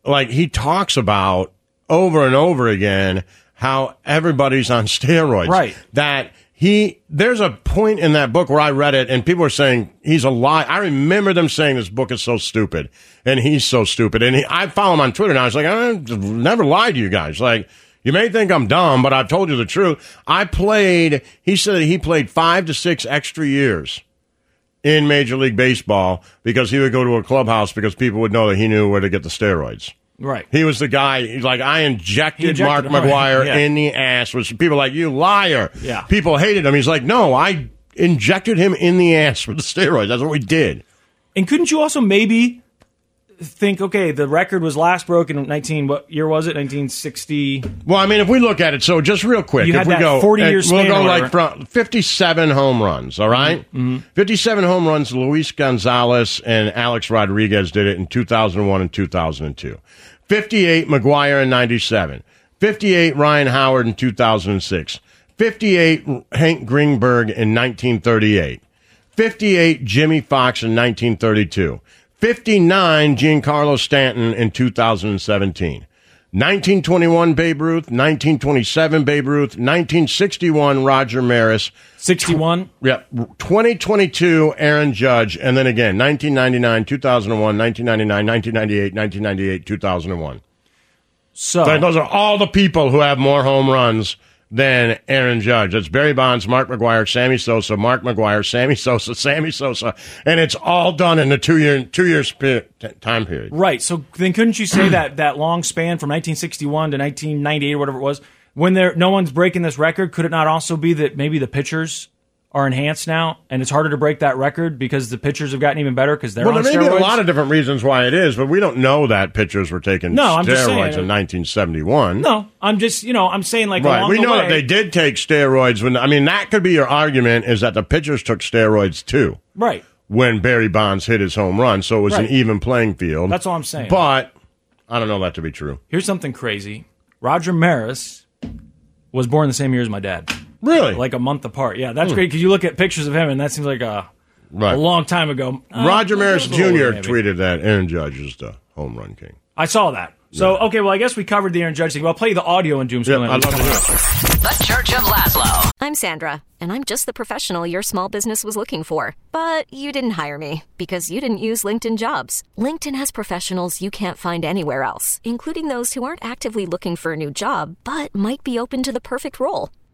like he talks about over and over again how everybody's on steroids.
Right.
That he there's a point in that book where I read it, and people are saying he's a lie. I remember them saying this book is so stupid, and he's so stupid. And he, I follow him on Twitter, and I was like, I never lied to you guys. Like. You may think I'm dumb, but I've told you the truth. I played, he said that he played five to six extra years in Major League Baseball because he would go to a clubhouse because people would know that he knew where to get the steroids.
Right.
He was the guy, he's like, I
He
injected,
injected
Mark
him, right,
McGuire
yeah.
in the ass, which people were like, you liar.
Yeah.
People hated him. He's like, no, I injected him in the ass with the steroids. That's what we did.
And couldn't you also maybe think, okay, the record was last broken in nineteen what year was it? Nineteen sixty.
Well, I mean, if we look at it, so just real quick,
You
if
had
we
that
go
40 year
and we'll
span
go
or
like from fifty-seven home runs. All right?
Mm-hmm,
fifty-seven home runs. Luis Gonzalez and Alex Rodriguez did it in two thousand one and two thousand and two. Fifty-eight McGuire in ninety-seven. Fifty-eight Ryan Howard in two thousand and six. Fifty-eight Hank Greenberg in nineteen thirty-eight. 58 Jimmy Fox in 1932. 59 Giancarlo Stanton in 2017. 1921 Babe Ruth, 1927 Babe Ruth, 1961 Roger Maris,
Sixty one.
yeah, 2022 Aaron Judge, and then again 1999, 2001, 1999, 1998, 1998, 2001.
So
So those are all the people who have more home runs than Aaron Judge. It's Barry Bonds, Mark McGuire, Sammy Sosa, Mark McGuire, Sammy Sosa, Sammy Sosa, and it's all done in a two year two year spe- t- time period.
Right. So then, couldn't you say that that long span from 1961 to 1998 or whatever it was, when there no one's breaking this record, could it not also be that maybe the pitchers are enhanced now and it's harder to break that record because the pitchers have gotten even better because they're
Well,
on
there may be a
steroids?
lot of different reasons why it is, but we don't know that pitchers were taking
No, I'm just
steroids
saying-
in 1971.
no, I'm just you know I'm saying like
Right,
along
we
the
know
way,
that they did take steroids when I mean that could be your argument is that the pitchers took steroids too.
right.
when Barry Bonds hit his home run, so it was
Right.
an even playing field.
That's all I'm saying.
But I don't know that to be true.
Here's something crazy: Roger Maris was born the same year as my dad,
Really? Hmm.
like a month apart. Yeah, that's great because you look at pictures of him and that seems like a
Right.
a long time ago.
Roger
Uh,
Maris
a little older,
Jr.
maybe.
tweeted that Aaron Judge is the home run king.
I saw that. So okay, well I guess we covered the Aaron Judge thing. Well, I'll play the audio in Doom's Planet.
I love that.
The Church of Laszlo.
I'm Sandra, and I'm just the professional your small business was looking for. But you didn't hire me because you didn't use LinkedIn jobs. LinkedIn has professionals you can't find anywhere else, including those who aren't actively looking for a new job but might be open to the perfect role,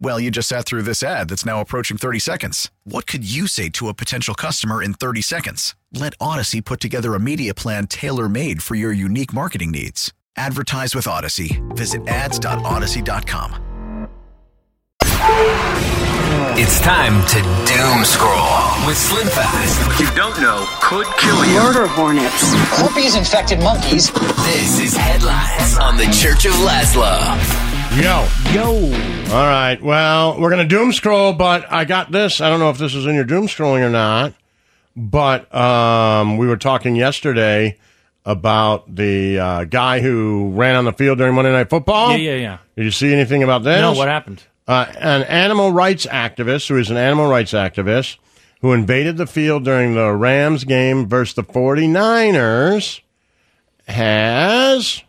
Well, you just sat through this ad that's now approaching 30 seconds. What could you say to a potential customer in 30 seconds? Let Odyssey put together a media plan tailor made for your unique marketing needs. Advertise with Odyssey. Visit ads.odyssey.com.
It's time to doom scroll with Slim Fast. What you don't know could kill you. Murder hornets. Herpes infected monkeys. This is Headlines on the Church of Laszlo.
Yo. Yo. All right. Well, we're going to doom scroll, but I got this. I don't know if this is in your doom scrolling or not, but um, we were talking yesterday about the uh, guy who ran on the field during Monday Night Football.
Yeah, yeah, yeah.
Did you see anything about this?
No, what happened?
Uh, an animal rights activist who is an animal rights activist who invaded the field during the Rams game versus the 49ers has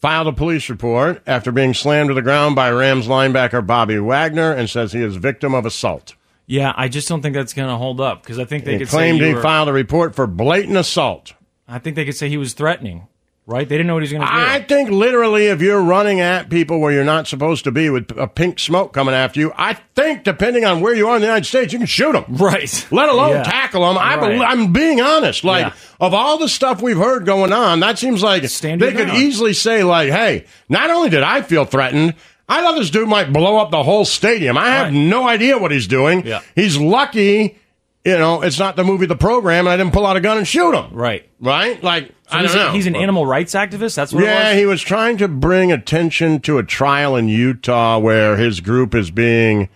filed a police report after being slammed to the ground by Rams linebacker Bobby Wagner and says he is victim of assault.
Yeah, I just don't think that's going to hold up because I think they
He
could
claimed
say you
he
were-
filed a report for blatant assault.
I think they could say he was threatening, right? They didn't know what he was going to do.
I think literally, if you're running at people where you're not supposed to be with a pink smoke coming after you, I think depending on where you are in the United States, you can shoot them.
Right.
Let alone
Yeah.
tackle them. I
Right.
bel I'm being honest. Like,
Yeah.
of all the stuff we've heard going on, that seems like
Standing
they could
ground.
easily say, like, hey, not only did I feel threatened, I thought this dude might blow up the whole stadium. I have no idea what he's doing.
Yeah.
He's lucky, you know, it's not the movie, the program, and I didn't pull out a gun and shoot him.
Right.
Right? Like,
So
I
he's,
don't
a-
know.
he's an animal rights activist. That's what it
yeah,
was?
he was trying to bring attention to a trial in Utah where his group is being,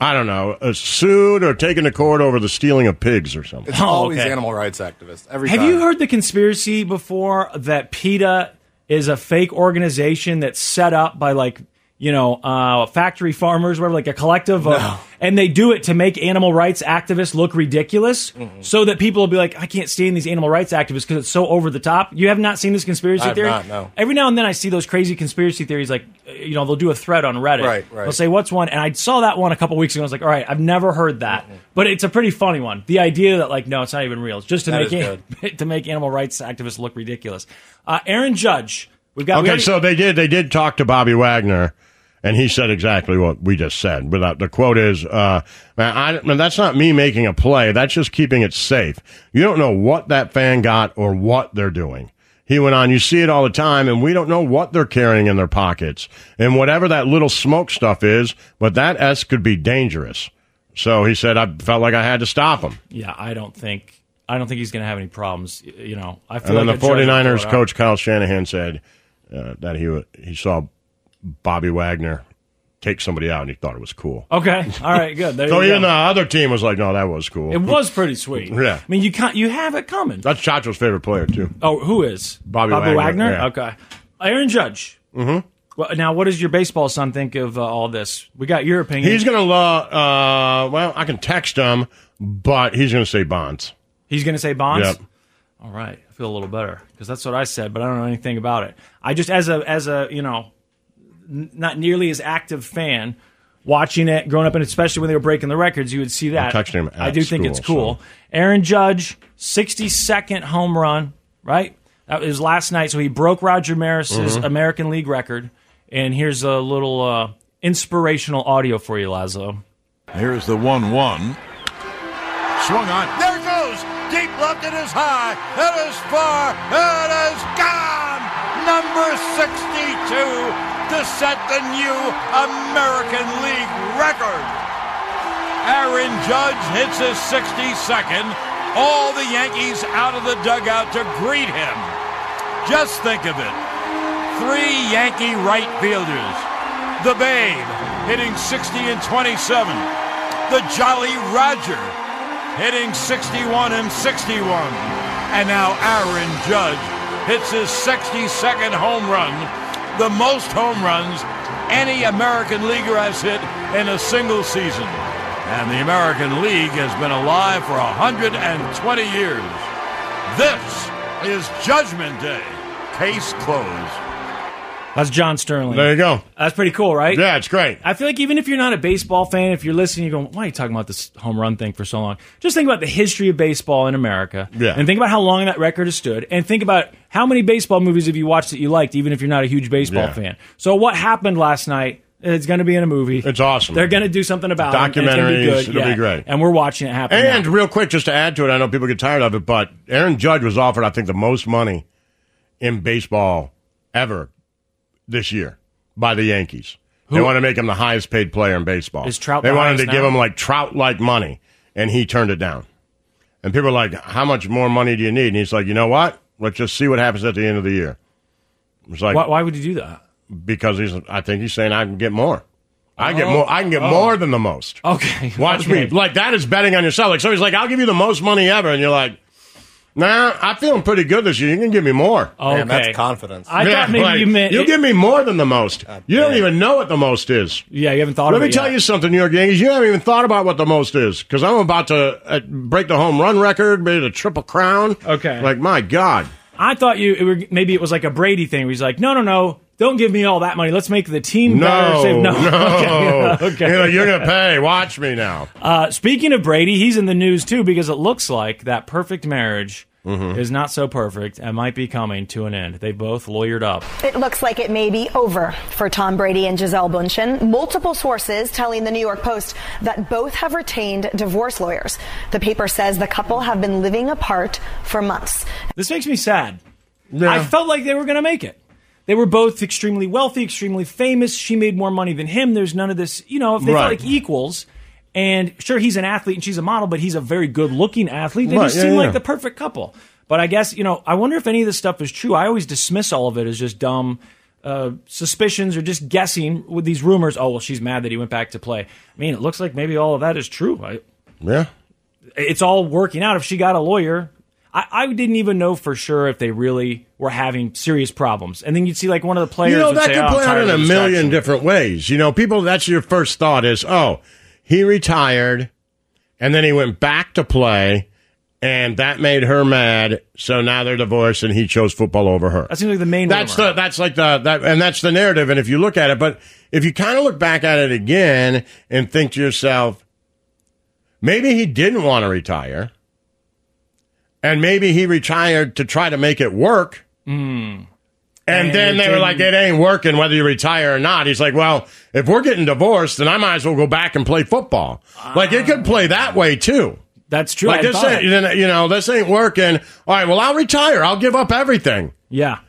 I don't know, uh, sued or taken to court over the stealing of pigs or something.
It's always
Oh, okay.
animal rights activists. Every
Have
time.
you heard the conspiracy before that PETA is a fake organization that's set up by like you know uh, factory farmers, whatever, like a collective, of, and they do it to make animal rights activists look ridiculous,
Mm-hmm.
so that people will be like, I can't stand these animal rights activists because it's so over the top. You have not seen this conspiracy
I have
theory?
not, no.
Every now and then I see those crazy conspiracy theories, like uh, you know they'll do a thread on Reddit,
Right, right.
They'll say what's one, and I saw that one a couple weeks ago. I was like, all right, I've never heard that,
Mm-hmm.
but it's a pretty funny one. The idea that like no, it's not even real. It's just to
That
make
is
an- to make animal rights activists look ridiculous. Uh, Aaron Judge, we've got. we
okay,
already-
so they did. They did talk to Bobby Wagner, and he said exactly what we just said. Without the quote is, uh, "Man, I, man, that's not me making a play. That's just keeping it safe. You don't know what that fan got or what they're doing." He went on. You see it all the time, and we don't know what they're carrying in their pockets and whatever that little smoke stuff is. But that S could be dangerous. So he said, "I felt like I had to stop him."
yeah, I don't think I don't think he's going to have any problems. y- You know, I feel
And then
like
the
a judge would
49ers
throw it out.
coach Kyle Shanahan said uh, that he wa- he saw Bobby Wagner take somebody out and he thought it was cool.
Okay, all right, good. There
So
you
even
go.
the other team was like, no, that was cool.
it was pretty sweet.
Yeah.
I mean, you can't you have it coming.
That's Chacho's favorite player, too.
Oh, who is
Bobby
Bobby
Wagner, yeah.
Okay, Aaron Judge.
Mm-hmm.
Well, now, what does your baseball son think of uh, all this? We got your opinion.
He's going to, uh, uh, well, I can text him, but he's going to say Bonds.
He's going to say Bonds.
Yep.
All right, I feel a little better because that's what I said, but I don't know anything about it. I just as a as a you know, n- not nearly as active fan. watching it growing up, and especially when they were breaking the records, you would see that.
touched him at
I do think
school,
it's cool. Aaron Judge, 62nd home run, right? That was last night. So he broke Roger Maris's
Mhm.
American League record. And here's a little uh, inspirational audio for you, Lazo.
Here's the 1 1. Swung on.
There goes. Deep left, it is high. It is far. It is gone. Number 62 to set the new American League record. Aaron Judge hits his 62nd. All the Yankees out of the dugout to greet him. Just think of it. Three Yankee right fielders. The Babe hitting 60 and 27. The Jolly Roger hitting 61 and 61. And now Aaron Judge hits his 62nd home run, the most home runs any American leaguer has hit in a single season. And the American League has been alive for 120 years. This is Judgment Day. Case closed.
That's John Sterling.
There you go.
That's pretty cool, right?
Yeah, it's great.
I feel like even if you're not a baseball fan, if you're listening, you're going, why are you talking about this home run thing for so long? Just think about the history of baseball in America.
Yeah.
And think about how long that record has stood. And think about how many baseball movies have you watched that you liked, even if you're not a huge baseball
Yeah.
fan. So what happened last night? It's going to be in a movie. It's awesome. They're going to do something about it. and it's gonna
Documentaries.
be good.
It'll
yeah.
be great.
And we're watching it happen. now.
And real quick, just to add to it, I know people get tired of it, but Aaron Judge was offered, I think, the most money in baseball ever this year by the Yankees. They
Who-
want to make him the highest paid player in baseball.
Is Trout
They
the
wanted to
highest
give
now?
him like Trout like money, and he turned it down. And people are like, "How much more money do you need?" And he's like, "You know what? Let's just see what happens at the end of the year." It's like,
why, why would you do that?
because he's I think he's saying I can get more. I get
Oh.
more I can get
Oh.
more than the most.
Okay.
Watch
Okay.
me. Like that is betting on yourself. Like somebody's like, I'll give you the most money ever, and you're like, Nah, I'm feeling pretty good this year. You can give me more.
Man, that's confidence. Oh, I thought maybe
like,
you meant-
you give me more than the most. You don't even know what the most is.
Yeah, you haven't thought
Oh,
Let
of
me
it
tell
yet.
you something, New York Yankees. You haven't even thought about what the most is because I'm about to uh, break the home run record, maybe the triple crown.
Okay.
Like my God.
I thought you it were, maybe it was like a Brady thing where he's like, no, no, no, don't give me all that money. Let's make the team better.
No,
Save-
no.
Okay. okay.
You're like, "You're gonna pay. Watch me now.
Uh, speaking of Brady, he's in the news too because it looks like that perfect marriage
Mm-hmm.
is not so perfect and might be coming to an end. They both lawyered up.
It looks like it may be over for Tom Brady and Giselle Bundchen. Multiple sources telling the New York Post that both have retained divorce lawyers. The paper says the couple have been living apart for months.
This makes me sad. I felt like they were going to make it. They were both extremely wealthy, extremely famous. She made more money than him. There's none of this, you know, if they
Right.
felt like equals. And sure, he's an athlete and she's a model, but he's a very good looking athlete. They
Right,
just
yeah,
seem
yeah.
like the perfect couple. But I guess, you know, I wonder if any of this stuff is true. I always dismiss all of it as just dumb uh, suspicions or just guessing with these rumors. Oh, well, she's mad that he went back to play. I mean, it looks like maybe all of that is true. I,
Yeah.
it's all working out. If she got a lawyer, I, I didn't even know for sure if they really were having serious problems. And then you'd see like one of the players.
You know,
would
that
say,
could
"Oh, I'm
play out
tired
in a
of the
million
distraction."
different ways. You know, people, that's your first thought is, oh, he retired and then he went back to play and that made her mad. So now they're divorced and he chose football over her.
That seems like the main.
That's
rumor.
the that's like the that and that's the narrative. And if you look at it, but if you kind of look back at it again and think to yourself, maybe he didn't want to retire, and maybe he retired to try to make it work. Hmm. And,
And
then
it
they were like, it
didn't.
ain't working whether you retire or not. He's like, well, if we're getting divorced, then I might as well go back and play football. like, it could play that way too.
That's true.
Like,
I
this
thought.
ain't, you know, this ain't working. All right, well, I'll retire. I'll give up everything.
Yeah.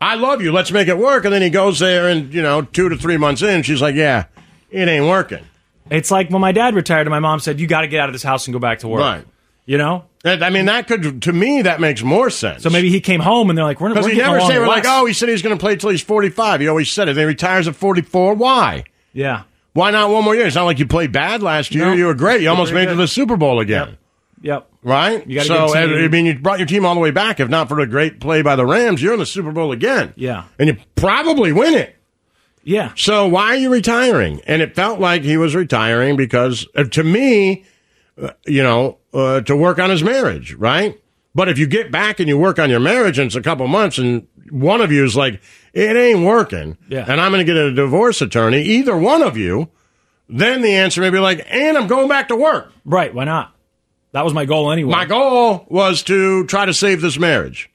I love you. Let's make it work. And then he goes there, and you know, two to three months in, she's like, "Yeah, it ain't working."
It's like when my dad retired and my mom said, "You got to get out of this house and go back to work."
Right.
You know.
I mean, that could to me that makes more sense.
So maybe he came home and they're like, "We're
Because
we're
he
getting
never
along
said, "We're like,
less."
oh, he said he's going to play till he's forty-five. He always said it. Then he retires at forty-four. Why?
Yeah.
Why not one more year? It's not like you played bad last year.
No.
You were great. You almost
Very
made it to
good.
the Super Bowl again,
Yep.
right?
You got a
so
good team.
I mean, you brought your team all the way back. If not for the great play by the Rams, you're in the Super Bowl again.
Yeah.
and you probably win it.
Yeah.
So why are you retiring? And it felt like he was retiring because, uh, to me, uh, you know, uh, to work on his marriage, right? But if you get back and you work on your marriage and it's a couple months and one of you is like, it ain't working,
Yeah.
and I'm going to get a divorce attorney, either one of you, Then the answer may be like, and I'm going back to work.
Right, why not? That was my goal anyway.
My goal was to try to save this marriage.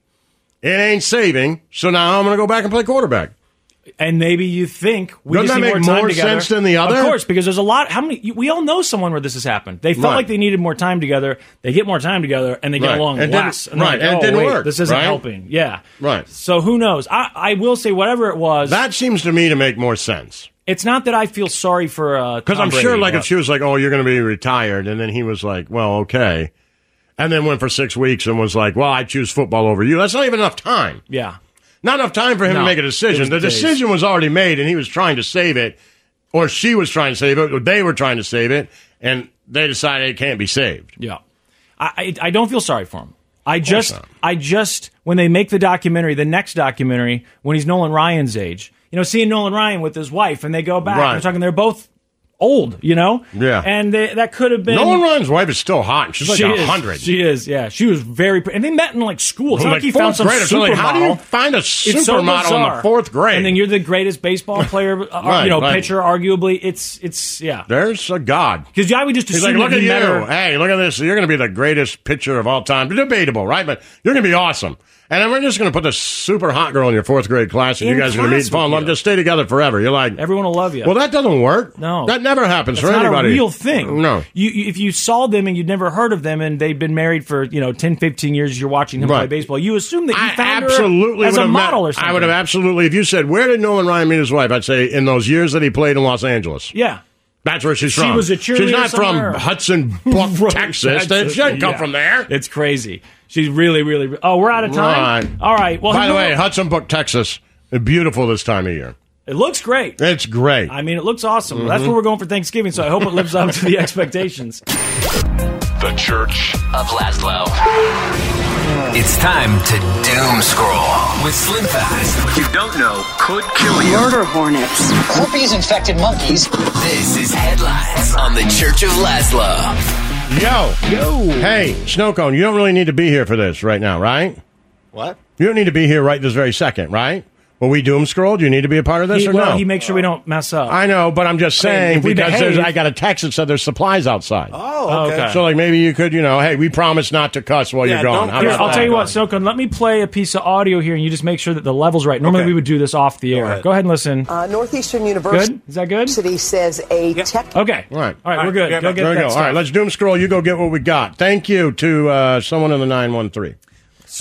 It ain't saving, so now I'm going to go back and play quarterback.
And maybe you think we
Doesn't
just
that
need
make
more time
more
together.
sense than the other?
Of course, because there's a lot. How many? you- We all know someone where this has happened. They felt
Right.
like they needed more time together. They get more time together, and they get
Right.
along
And didn't-
less. And they're
right,
like,
and it
"Oh,
didn't
wait,
work,
This isn't
right?
helping. Yeah.
Right.
So who knows? I, I will say whatever it was.
That seems to me to make more sense.
It's not that I feel sorry for uh,
Because
Tom
I'm
Brady,
sure, like,
but-
if she was like, "Oh, you're going to be retired," and then he was like, "Well, okay," and then went for six weeks and was like, "Well, I choose football over you." That's not even enough time.
yeah,
Not enough time for him
No,
to make a
it was
decision. The
days.
decision was already made, and he was trying to save it, or she was trying to save it, or they were trying to save it, and they decided it can't be saved.
Yeah, I I, I don't feel sorry for him. I just I just when they make the documentary, the next documentary, when he's Nolan Ryan's age, you know, seeing Nolan Ryan with his wife, and they go back.
Right.
And they're talking. They're both old, you know.
Yeah.
and they, that could have been.
Nolan Ryan's wife is still hot. and She's like
She
a
is.
hundred.
She is. Yeah, she was very. Pre- and they met in like school. It's
Like
not like he found
fourth
some
grade or something.
supermodel.
How do you find a
It's so
supermodel in the
bizarre.
fourth grade?
And then you're the greatest baseball player, uh,
Right,
you know,
right.
pitcher. Arguably, it's it's yeah.
There's a god.
Because I would just
He's
assume
like, look
that
at
he
you. eh?"
met her-
Hey, look at this. You're going to be the greatest pitcher of all time. Debatable, right? But you're going to be awesome. And then we're just going to put this super hot girl in your fourth grade class, and
In
you guys are going to meet
class
and fall in
with
love.
you.
Just stay together forever. You're like,
Everyone will love you.
well, that doesn't work.
No.
That never happens
That's
for
not
anybody.
a real thing.
No.
You, you, if you saw them and you'd never heard of them and they'd been married for, you know, 10, 15 years, you're watching him play
Right.
baseball, you assume that you found
Absolutely,
her as
would
a
have met-
model or something.
I would have absolutely. If you said, "Where did Nolan Ryan meet his wife?" I'd say, "In those years that he played in Los Angeles."
Yeah.
That's where she's
She
from.
was a
She's
cheerleader
not
somewhere.
from Hudson Bluff, Texas. That-
That's-
She doesn't come
yeah.
from there.
It's crazy. She's really, really. Oh, we're out of time?
Right.
All right. Well,
by
you
the
know
way,
what?
Hudson Brook, Texas, beautiful this time of year.
it looks great.
It's great.
I mean, it looks awesome. That's
Mhm.
where we're going for Thanksgiving, so I hope it lives up to the expectations.
The Church of Laszlo. It's time to doom scroll with Slim Fast. What you don't know could kill you. Murder hornets, herpes infected monkeys. This is headlines on the Church of Laszlo.
Yo, yo, hey, Snowcone, you don't really need to be here for this right now, right?
What?
You don't need to be here right this very second, right? Will we doom scroll? Do you need to be a part of this
He-
or
well,
no?
he makes sure we don't mess up.
I know, but I'm just
I mean,
saying
if we
because there's,
behave-
I got a text that said there's supplies outside.
Oh, okay. okay.
So like maybe you could, you know, hey, we promise not to cuss while you're gone. How
Here,
about
I'll
that?
tell you what, Sokun, let me play a piece of audio here and you just make sure that the level's right. Normally we would do this off the air. Go ahead, and listen.
Uh, Northeastern University.
Is that good?
City says a tech.
Okay.
All right.
All right, we're good. Go get
There we
that
go.
stuff.
All right, let's doom scroll. You go get what we got. Thank you to uh, someone in the 913.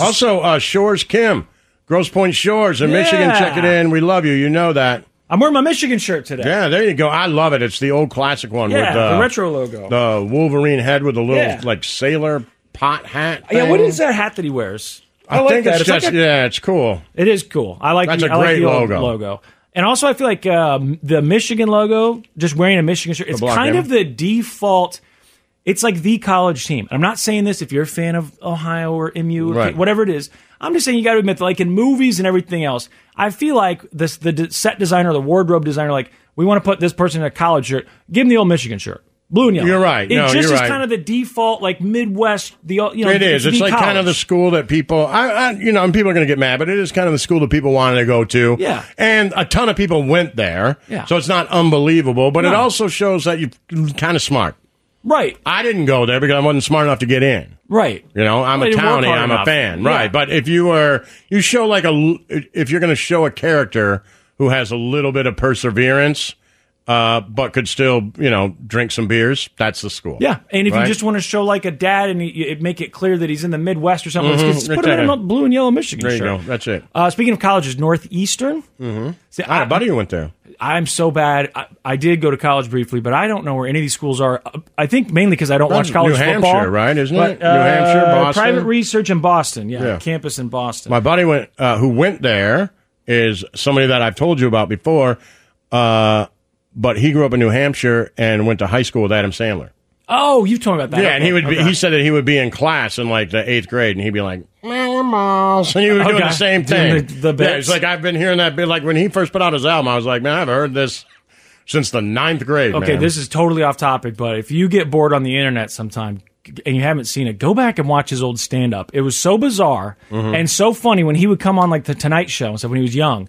Also, uh, Shores Kim, Gross Point Shores in Michigan.
Yeah.
Check it in. We love you. You know that.
I'm wearing my Michigan shirt today.
Yeah, there you go. I love it. It's the old classic one
Yeah,
with uh,
the retro logo.
the Wolverine head with the little
Yeah.
like sailor pot hat.
yeah,
thing.
what is that hat that he wears?
I,
like
think
that.
it's,
like
just
a-
yeah, it's cool.
It is cool. I like
That's
the,
a
I like
great
the old
logo.
logo. And also, I feel like um, the Michigan logo, just wearing a Michigan shirt, it's
block
kind
him.
of the default. It's like the college team. I'm not saying this if you're a fan of Ohio or MU, or
Right.
whatever it is. I'm just saying you got to admit, like in movies and everything else, I feel like this the d- set designer, the wardrobe designer, like we want to put this person in a college shirt. Give him the old Michigan shirt, blue and yellow.
You're right.
It
No,
just
you're
is
right.
kind of the default, like Midwest. The you know,
it is. It's
the
like kind of
college.
the school that people, I, I, you know, and people are going to get mad, but it is kind of the school that people wanted to go to.
Yeah.
And a ton of people went there.
Yeah.
So it's not unbelievable, but it
No.
also shows that you're kind of smart.
right,
I didn't go there because I wasn't smart enough to get in.
right.
You know, I'm
Well,
a
you work
townie.
hard
I'm a
enough.
fan,
Yeah.
right? But if you are, you show like a, l- if you're going to show a character who has a little bit of perseverance, uh, but could still, you know, drink some beers, that's the school.
Yeah, and if
Right?
you just want to show like a dad and you, you make it clear that he's in the Midwest or something,
Mhm,
let's just put him in a
exactly.
blue and yellow Michigan
there you
shirt.
go. That's it.
Uh, speaking of colleges, Northeastern.
Mm-hmm.
See,
I had a buddy who went there.
I'm so bad. I, I did go to college briefly, but I don't know where any of these schools are. Uh, I think mainly because I don't
Well,
watch college
New Hampshire,
football.
right? Isn't
But,
it? New Hampshire,
uh,
Boston?
Private research in Boston. Yeah,
Yeah.
campus in Boston.
My buddy went, uh, who went there is somebody that I've told you about before, uh, but he grew up in New Hampshire and went to high school with Adam Sandler.
oh, you've told me about that.
yeah, and he
Okay.
would be,
Okay.
he said that he would be in class in like the eighth grade, and he'd be like,
Miles.
and you were doing
Okay.
the same
Doing
thing.
the- the
yeah,
bits.
it's like I've been hearing that bit. Like when he first put out his album, I was like, man, I've heard this since the ninth grade.
Okay,
man.
this is totally off topic, but if you get bored on the internet sometime and you haven't seen it, go back and watch his old stand up. It was so bizarre
Mhm.
and so funny when he would come on like the Tonight Show and stuff when he was young.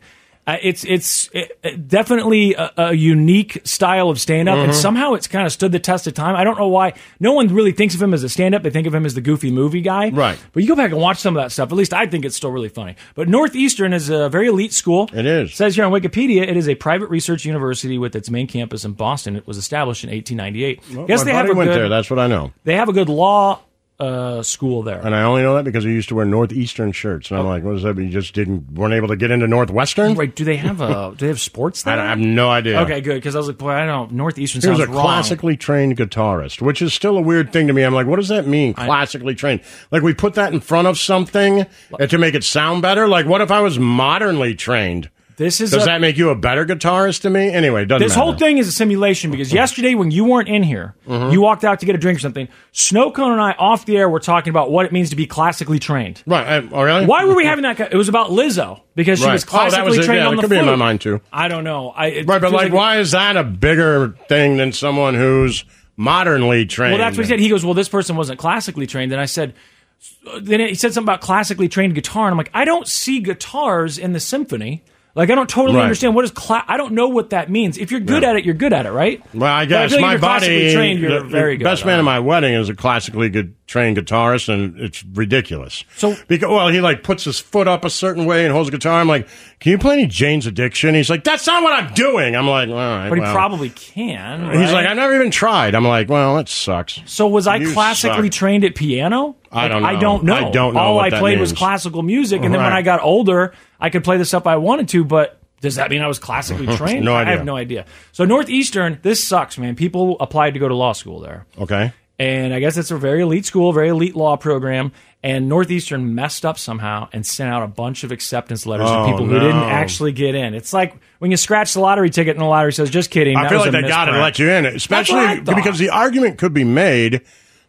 Uh, it's it's it, it definitely a, a unique style of stand up,
Mhm.
and somehow it's kind of stood the test of time. I don't know why. No one really thinks of him as a stand up. They think of him as the goofy movie guy. Right. But you go back and watch some of that stuff. At least I think it's still really funny. But Northeastern is a very elite school. It is. says here on Wikipedia, it is a private research university with its main campus in Boston. It was established in 1898. Guess
My
they have
buddy
a
went
good,
there. That's what I know.
They have a good law uh, school there.
And I only know that because I used to wear Northeastern shirts,
Oh.
and I'm like, what is that? But you just didn't weren't able to get into Northwestern.
Right? Do they have a do they have sports there?
Uh, I, don't- I have no idea.
Okay, good. Because I was like, boy, I don't. Northeastern
He was
sounds
a
wrong.
classically trained guitarist, which is still a weird thing to me. I'm like, what does that mean, classically trained? Like, we put that in front of something uh, to make it sound better? Like, what if I was modernly trained?
This is
Does
a-
that make you a better guitarist to me? Anyway, it doesn't
this
matter.
whole thing is a simulation because
Uh-huh.
yesterday when you weren't in here, you walked out to get a drink or something. Snow Cone and I off the air were talking about what it means to be classically trained.
Right. oh, really?
Why were we having that? co- It was about Lizzo because she
Right.
was
Oh, that
classically
was it.
trained
Yeah,
on
it
the
could be in my
flute.
mind, too.
I don't know. I, it
Right, but
feels
like, why is that a bigger thing than someone who's modernly trained?
Well, that's what he said. He goes, "Well, this person wasn't classically trained." And I said, then he said something about classically trained guitar, and I'm like, I don't see guitars in the symphony. Like, I don't totally
Right.
understand what is cla- I don't know what that means. If you're good
Yeah.
at it, you're good at it, right?
Well, I
But
guess
feel like
my
if you're
body.
classically trained, you're
the- the
very good.
Best
at
man
it.
at my wedding is a classically good trained guitarist, and it's ridiculous. So, because well, he like puts his foot up a certain way and holds a guitar. I'm like, can you play any Jane's Addiction? He's like, that's not what I'm doing. I'm like, all right.
but he
well.
probably can.
He's
right?
like, I've never even tried. I'm like, well, that sucks.
So was I
You
classically
suck.
trained at piano?
I don't
I
know.
don't know.
I don't know
All
what
I
that
played was
means.
classical music, and then when
Right.
I got older, I could play the stuff I wanted to. But does that mean I was classically trained?
No
I
idea.
have no idea. So Northeastern, this sucks, man. People applied to go to law school there,
Okay.
and I guess it's a very elite school, very elite law program. And Northeastern messed up somehow and sent out a bunch of acceptance letters
Oh,
to people who didn't
no.
actually get in. It's like when you scratch the lottery ticket and the lottery says, "Just kidding."
I
that
feel
was
like
a
they got to
misprint."
let you in,
That's what I
especially
thought.
because the argument could be made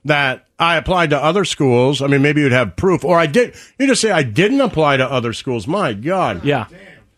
that I applied to other schools. I mean, maybe you'd have proof, or I did. You just say I didn't apply to other schools. My God.
Yeah.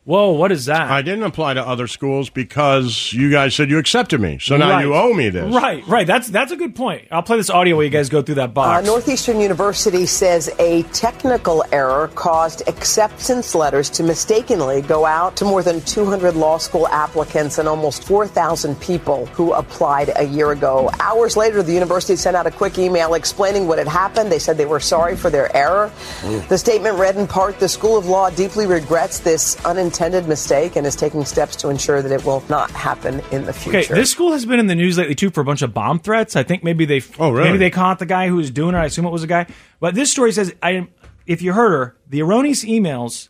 Whoa, what is that?
I didn't apply to other schools because you guys said you accepted me, so now
Right.
you owe me this.
Right, right. That's that's a good point. I'll play this audio while you guys go through that
Uh,
box.
Northeastern University says a technical error caused acceptance letters to mistakenly go out to more than 200 law school applicants and almost 4,000 people who applied a year ago. Hours later, the university sent out a quick email explaining what had happened. They said they were sorry for their error.
Mm.
The statement read in part The School of Law deeply regrets this unintended mistake and is taking steps to ensure that it will not happen in the future.
okay, this school has been in the news lately too for a bunch of bomb threats. I think maybe they oh,
really?
maybe they caught the guy who was doing it. I assume it was a guy. But this story says I if you heard her, the erroneous emails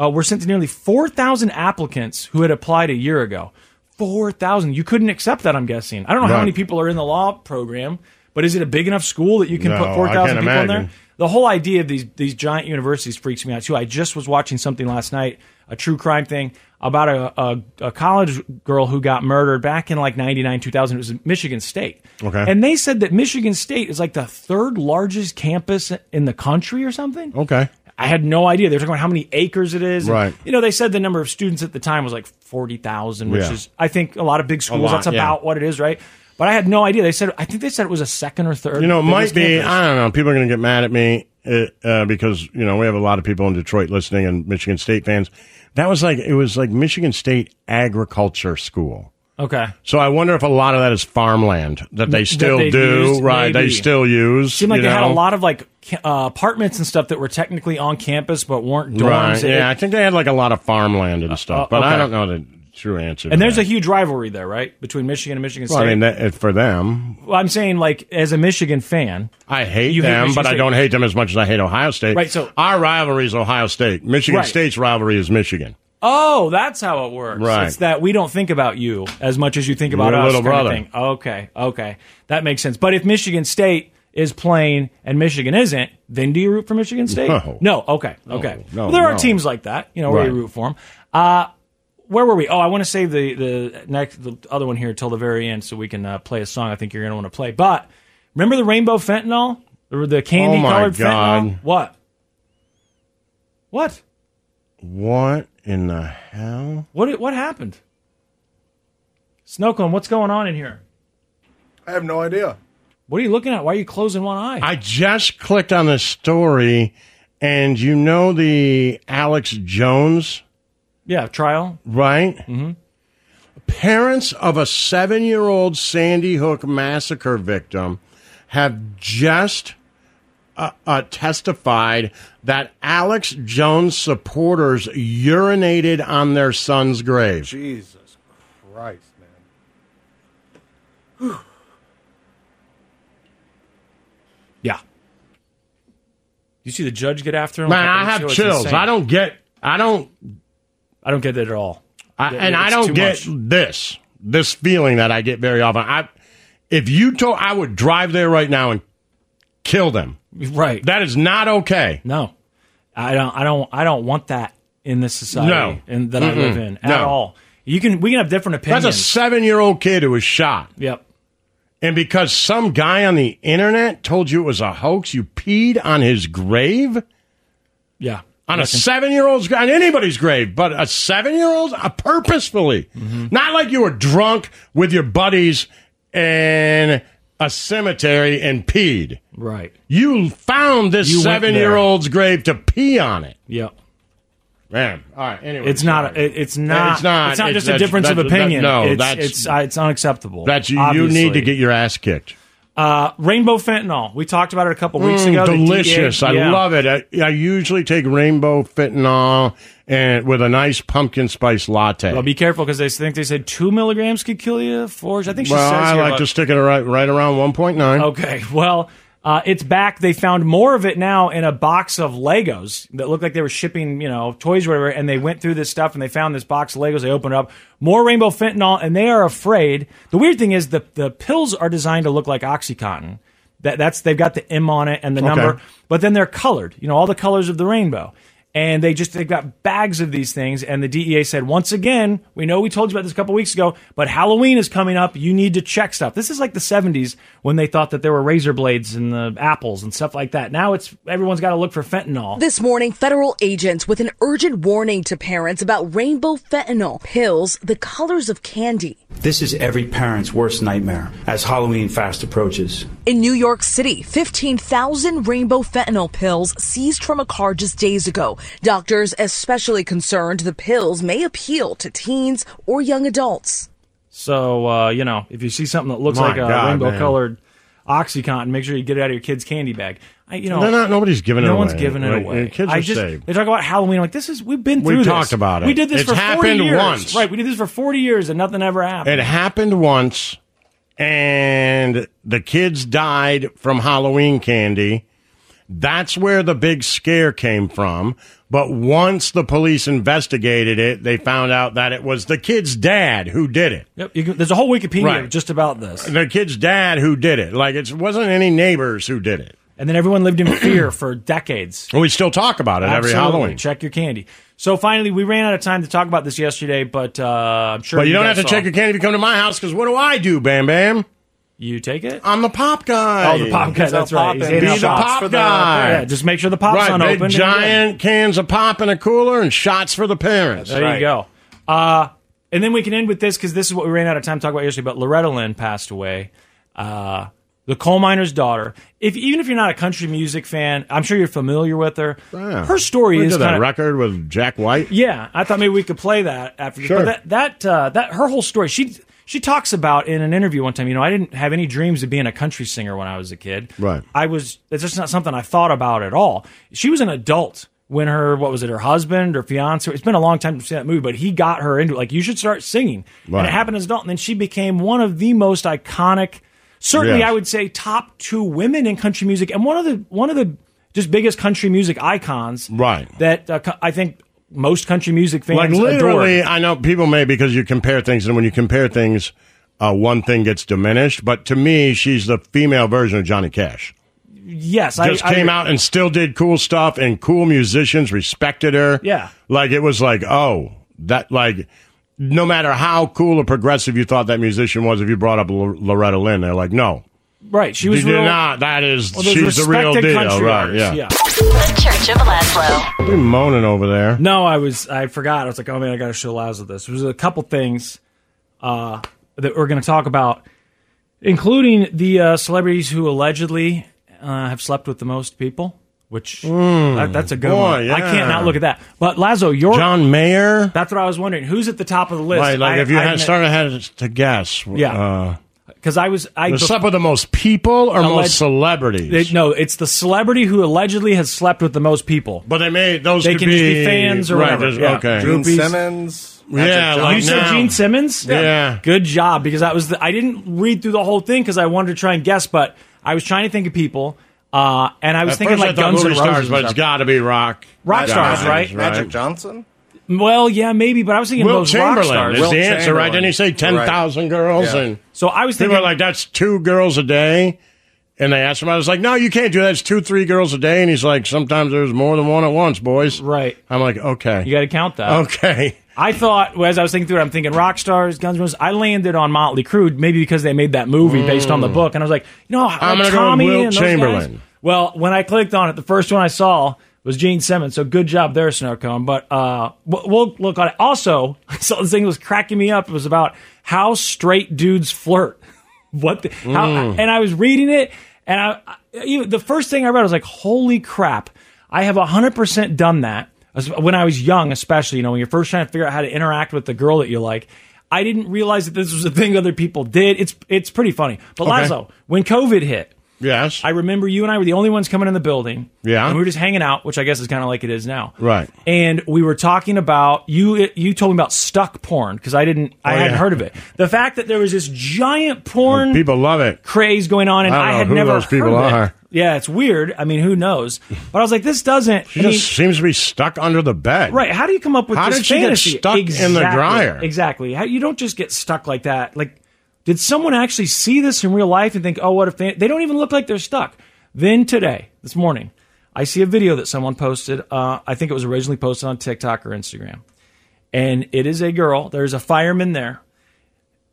uh, were sent to nearly 4,000 applicants who had applied a year ago. 4,000. You couldn't accept that, I'm guessing. I don't know how
Right.
many people are in the law program, but is it a big enough school that you can
No,
put
I
4,000
can't
people in there?
imagine.
The whole idea of these these giant universities freaks me out too. I just was watching something last night, a true crime thing about a, a, a college girl who got murdered back in like 99 2000 it was in michigan state
Okay.
and they said that michigan state is like the third largest campus in the country or something
Okay.
I had no idea. They were talking about how many acres it is. And,
Oh. Right.
you know, they said the number of students at the time was like 40,000, which
Yeah.
is, I think, a lot of big schools.
lot,
that's
yeah.
about what it is, right? But I had no idea. They said, I think they said it was a second or third.
You know, it might
biggest
be.
campus.
I don't know. People are going to get mad at me uh, uh, because you know we have a lot of people in Detroit listening and Michigan State fans. That was like it was like Michigan State Agriculture School.
Okay.
So I wonder if a lot of that is farmland that they
That
still
they
do,
used,
right? They
maybe.
still use.
Seemed like
you
they had a
know?
lot of like ca- uh, apartments and stuff that were technically on campus but weren't dorms.
Right.
It-
Yeah, I think they had like a lot of farmland and stuff, but I
okay.
don't know the true answer.
and
to
there's
that.
a huge rivalry there, right? Between Michigan and Michigan State.
Well, I mean, that, for them,
Well, I'm saying, like, as a Michigan fan,
I hate
You hate
them,
Michigan
but I
State.
don't hate them as much as I hate Ohio State.
Right, so-
our rivalry is Ohio State. Michigan
Right.
State's rivalry is Michigan.
Oh, that's how it works.
Right.
It's that we don't think about you as much as you think about
Your
us.
little
kind of
brother.
thing. Okay, okay, that makes sense. But if Michigan State is playing and Michigan isn't, then do you root for Michigan State?
No.
Okay. Okay.
no,
well, there are
no.
teams like that. You know, where you
Right.
root for them. Uh, where were we? Oh, I want to save the the next the other one here till the very end so we can uh, play a song. I think you're going to want to play. But remember the rainbow fentanyl, the, the candy colored
Oh my God.
fentanyl. What? What?
What in the hell?
What what happened? Snowcone, what's going on in here?
I have no idea.
What are you looking at? Why are you closing one eye?
I just clicked on the story, and you know the Alex Jones
Yeah, trial.
Right? Mm-hmm. Parents of a seven year old Sandy Hook massacre victim have just uh, uh, testified that Alex Jones supporters urinated on their son's grave.
Jesus Christ, man.
Yeah. You see the judge get after him?
Man,
Like,
I
it's-
have
it's
chills.
insane.
I don't get. I don't.
I don't get that at all.
I,
It-
and I
it's too
don't get
much.
this this feeling that I get very often. I, if you told, I would drive there right now and kill them.
Right.
That is not okay.
No, I don't. I don't. I don't want that in this society
No.
and that I live
Mm-mm.
in at
No.
all. You can. We can have different opinions.
That's a seven year old kid who was shot.
Yep.
And because some guy on the internet told you it was a hoax, you peed on his grave?
Yeah.
On a seven year old's on anybody's grave, but a seven year old's uh, purposefully.
Mm-hmm.
Not like you were drunk with your buddies in a cemetery and peed.
Right.
You found this
You went there.
seven year old's grave to pee on it.
Yep.
Man. All right. Anyway.
It's not. it- It's not.
It's not.
It's not
It's-
just a
that's-
difference of
that's- that-
opinion.
no,
it's,
that's-
it's uh, it's unacceptable.
That's you, you
obviously.
need to get your ass kicked.
uh, rainbow fentanyl. We talked about it a couple weeks
Mm,
ago. The
Delicious.
DEA
I
yeah.
love it. I, I usually take rainbow fentanyl and with a nice pumpkin spice latte.
Well, be careful because they think they said two milligrams could kill you. Four. I think she
Well,
says
I
here
like
about- Oh,
to stick it right, right around 1.9.
Okay, well, uh, it's back. They found more of it now in a box of Legos that looked like they were shipping, you know, toys or whatever. And they went through this stuff and they found this box of Legos. They opened it up more rainbow fentanyl, and they are afraid. The weird thing is the the pills are designed to look like OxyContin. That that's they've got the M on it and the
Okay.
number, but then they're colored. You know, all the colors of the rainbow. And they just they got bags of these things, and the DEA said once again, we know we told you about this a couple weeks ago, but Halloween is coming up. You need to check stuff. This is like the '70s when they thought that there were razor blades in the apples and stuff like that. Now it's everyone's got to look for fentanyl.
This morning, federal agents with an urgent warning to parents about rainbow fentanyl pills, the colors of candy.
This is every parent's worst nightmare as Halloween fast approaches.
In New York City, 15,000 rainbow fentanyl pills seized from a car just days ago. Doctors especially concerned the pills may appeal to teens or young adults.
So uh, you know, if you see something that looks
My
like a
God,
rainbow colored
man.
OxyContin, make sure you get it out of your kid's candy bag. I, you know,
They're not- nobody's giving it
No one's
away,
giving it
right?
away.
Your kids
I
are
just,
safe.
They talk about Halloween. I'm like this is we've been
We
through. this.
talked about it.
We did this
It's
for 40
happened
years.
once.
Right. We did this for 40 years and nothing ever happened.
It happened once, and the kids died from Halloween candy. That's where the big scare came from. But once the police investigated it, they found out that it was the kid's dad who did it.
Yep. You can, there's a whole Wikipedia
Right.
just about this.
The kid's dad who did it. Like it wasn't any neighbors who did it.
And then everyone lived in fear for decades.
And we still talk about it every
Absolutely.
Halloween.
Check your candy. So finally, we ran out of time to talk about this yesterday, but uh, I'm sure.
but you, don't
guys
have to
saw.
check your candy if you come to my house because what do I do, Bam Bam?
You take it.
I'm the pop guy.
Oh, the pop guy.
He's
That's
out
right. He's
popping.
handing
Be
out
the
shots
pop
for the- uh,
guy.
yeah, just make sure the pop's
right,
unopened
Big
and
giant cans of pop in a cooler and shots for the parents.
there you go. Uh, and then we can end with this because this is what we ran out of time to talk about yesterday. But Loretta Lynn passed away, uh, the coal miner's daughter. If even if you're not a country music fan, I'm sure you're familiar with her.
Yeah.
Her story
we
is
did that
kinda-
record with Jack White.
Yeah, I thought maybe we could play that after. this. But
Sure.
that that uh, that her whole story. She she talks about in an interview one time. You know, I didn't have any dreams of being a country singer when I was a kid.
Right.
I was. It's just not something I thought about at all. She was an adult when her what was it? Her husband or fiance? It's been a long time to see that movie, but he got her into it. like you should start singing.
Right.
And it happened as an adult, and then she became one of the most iconic. Certainly,
Yes.
I would say top two women in country music, and one of the one of the just biggest country music icons
Right.
that uh, co- I think most country music fans
Like literally,
adore.
I know people may because you compare things, and when you compare things, uh, one thing gets diminished. But to me, she's the female version of Johnny Cash.
Yes,
Just
I,
came
I,
out and still did cool stuff, and cool musicians respected her.
Yeah.
like it was like oh that like. No matter how cool or progressive you thought that musician was, if you brought up L- Loretta Lynn, they're like, "No,
Right, she was
you did
real-
not. That is,
Well, those
she's the real
respected
deal,
country
right?
artists,
Yeah.
The Church of Laszlo.
What are you moaning over there?
No, I was I forgot. I was like, oh man, I got to show Laszlo this. There's a couple things uh, that we're going to talk about, including the uh, celebrities who allegedly uh, have slept with the most people. which
Mm.
that- that's a good
Boy,
one. I
yeah.
can't not look at that. But Lazo, your
John Mayer.
That's what I was wondering. Who's at the top of the list?
right, like
I-
if you
I
had
admit-
started had to guess, uh,
Yeah. because I was I
the
bef-
slept with the most people or
Alleg-
most celebrities.
They- no, it's the celebrity who allegedly has slept with the most people.
But they may those
they
could
can just
be-
be fans or
right,
whatever.
just-
yeah.
okay.
Gene
Groupies.
Simmons. Patrick
Yeah, like
you
Johnson.
said Gene Simmons.
Yeah. Yeah.
good job because that was the, I didn't read through the whole thing because I wanted to try and guess, but I was trying to think of people, uh, and I was
At
thinking
first
like
I thought
Guns N'
movie
Roses,
stars,
and
but it's
stuff.
got to be rock
Rock stars, right?
Magic Johnson.
Well, yeah, maybe, but I was thinking
Will
those rock
Chamberlain
stars.
is the answer, right? Didn't he say ten thousand girls?
Yeah.
And
so I was
people
thinking-
are like that's two girls a day, and they asked him. I was like, no, you can't do that. It's two, three girls a day, and he's like, sometimes there's more than one at once, boys.
Right?
I'm like, okay,
You got to count that.
okay.
I thought well, as I was thinking through it, I'm thinking rock stars, Guns N' Roses. I landed on Motley Crue, maybe because they made that movie based on the
Mm.
book, and I was like, you know,
I'm
like
gonna go with
Tommy
Wilt
and those
Chamberlain.
guys- Well, when I clicked on it, the first one I saw was Gene Simmons. So good job there, Snowcone. But uh, we'll, we'll look on it. Also, I saw this thing that was cracking me up. It was about how straight dudes flirt. what? The, how,
Mm.
and I was reading it, and I, I you- the first thing I read I was like, "Holy crap! I have hundred percent done that." As- When I was young, especially, you know, when you're first trying to figure out how to interact with the girl that you like, I didn't realize that this was a thing other people did. It's it's pretty funny. But
Okay.
Lazo, when COVID hit,
yes,
I remember you and I were the only ones coming in the building.
Yeah.
and we were just hanging out, which I guess is kind of like it is now.
Right.
And we were talking about you. You told me about stuck porn because I didn't. I
Oh,
hadn't
yeah.
heard of it. The fact that there was this giant porn
People love it.
craze going on, and
I don't
I,
know
had
who
never
those
heard
people
of it.
are.
Yeah, it's weird. I mean, who knows? But I was like, this doesn't.
She
I mean,
just seems to be stuck under the bed.
right? How do you come up with
How
this
did she get
fantasy?
stuck in the dryer?
Exactly. How, you don't just get stuck like that. Like, did someone actually see this in real life and think, "Oh, what a fan"? They don't even look like they're stuck. Then today, this morning, I see a video that someone posted. Uh, I think it was originally posted on TikTok or Instagram, and it is a girl. There's a fireman there.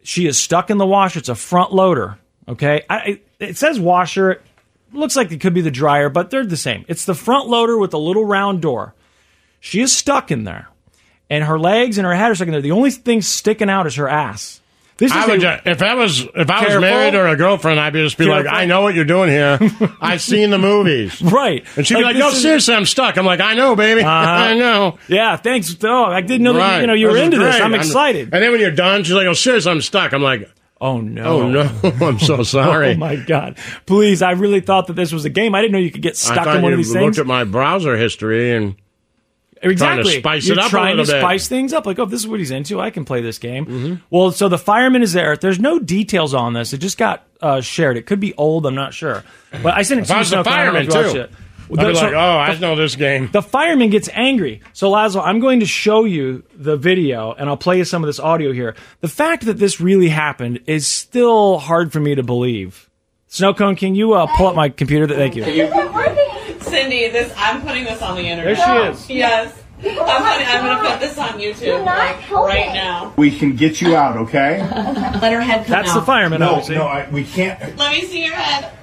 She is stuck in the washer. It's a front loader. Okay, I, I- it says washer. It looks like it could be the dryer, but they're the same. It's the front loader with the little round door. She is stuck in there, and her legs and her head are stuck in there. The only thing sticking out is her ass. This is
I
a-
would ju- if I was if I was
Careful.
married or a girlfriend, I'd be just be like,
Careful.
I know what you're doing here. I've seen the movies,
right?
And she'd
Like,
be like, No,
this is-
seriously, I'm stuck. I'm like, I know, baby, I know.
Yeah, thanks. Oh, I didn't know that
Right.
you, you know you
This
were
is
into this.
great.
I'm excited.
And then when you're done, she's like, "Oh, seriously, I'm stuck." I'm like,
"Oh no,
oh no, I'm so sorry."
Oh my god! Please, I really thought that this was a game. I didn't know you could get
I
stuck
thought
in one of
you
these
looked
things.
at my browser history and
exactly.
trying to spice
You're
it up
trying
a little
to
bit. Mm-hmm.
spice things up. Like, oh, if this is what he's into. I can play this game. Well, so the fireman is there. There's no details on this. It just got uh, shared. It could be old. I'm not sure. But I sent it
If
to
I
you,
was the
Snowcone, I don't know
fireman
if you watched
too,
it.
I'd be
So-
like, "Oh, I know this game."
The fireman gets angry. So, Lazo, I'm going to show you the video and I'll play you some of this audio here. The fact that this really happened is still hard for me to believe. Snowcone, can you uh, pull up my computer? Thank you.
Cindy, this I'm putting this on the internet.
There she is.
Yes. I'm, putting, I'm gonna put this on YouTube like, right now.
We can get you out, okay?
Let her head come
That's
out.
the fireman, No, obviously. no, I- we can't-
Let me see your head.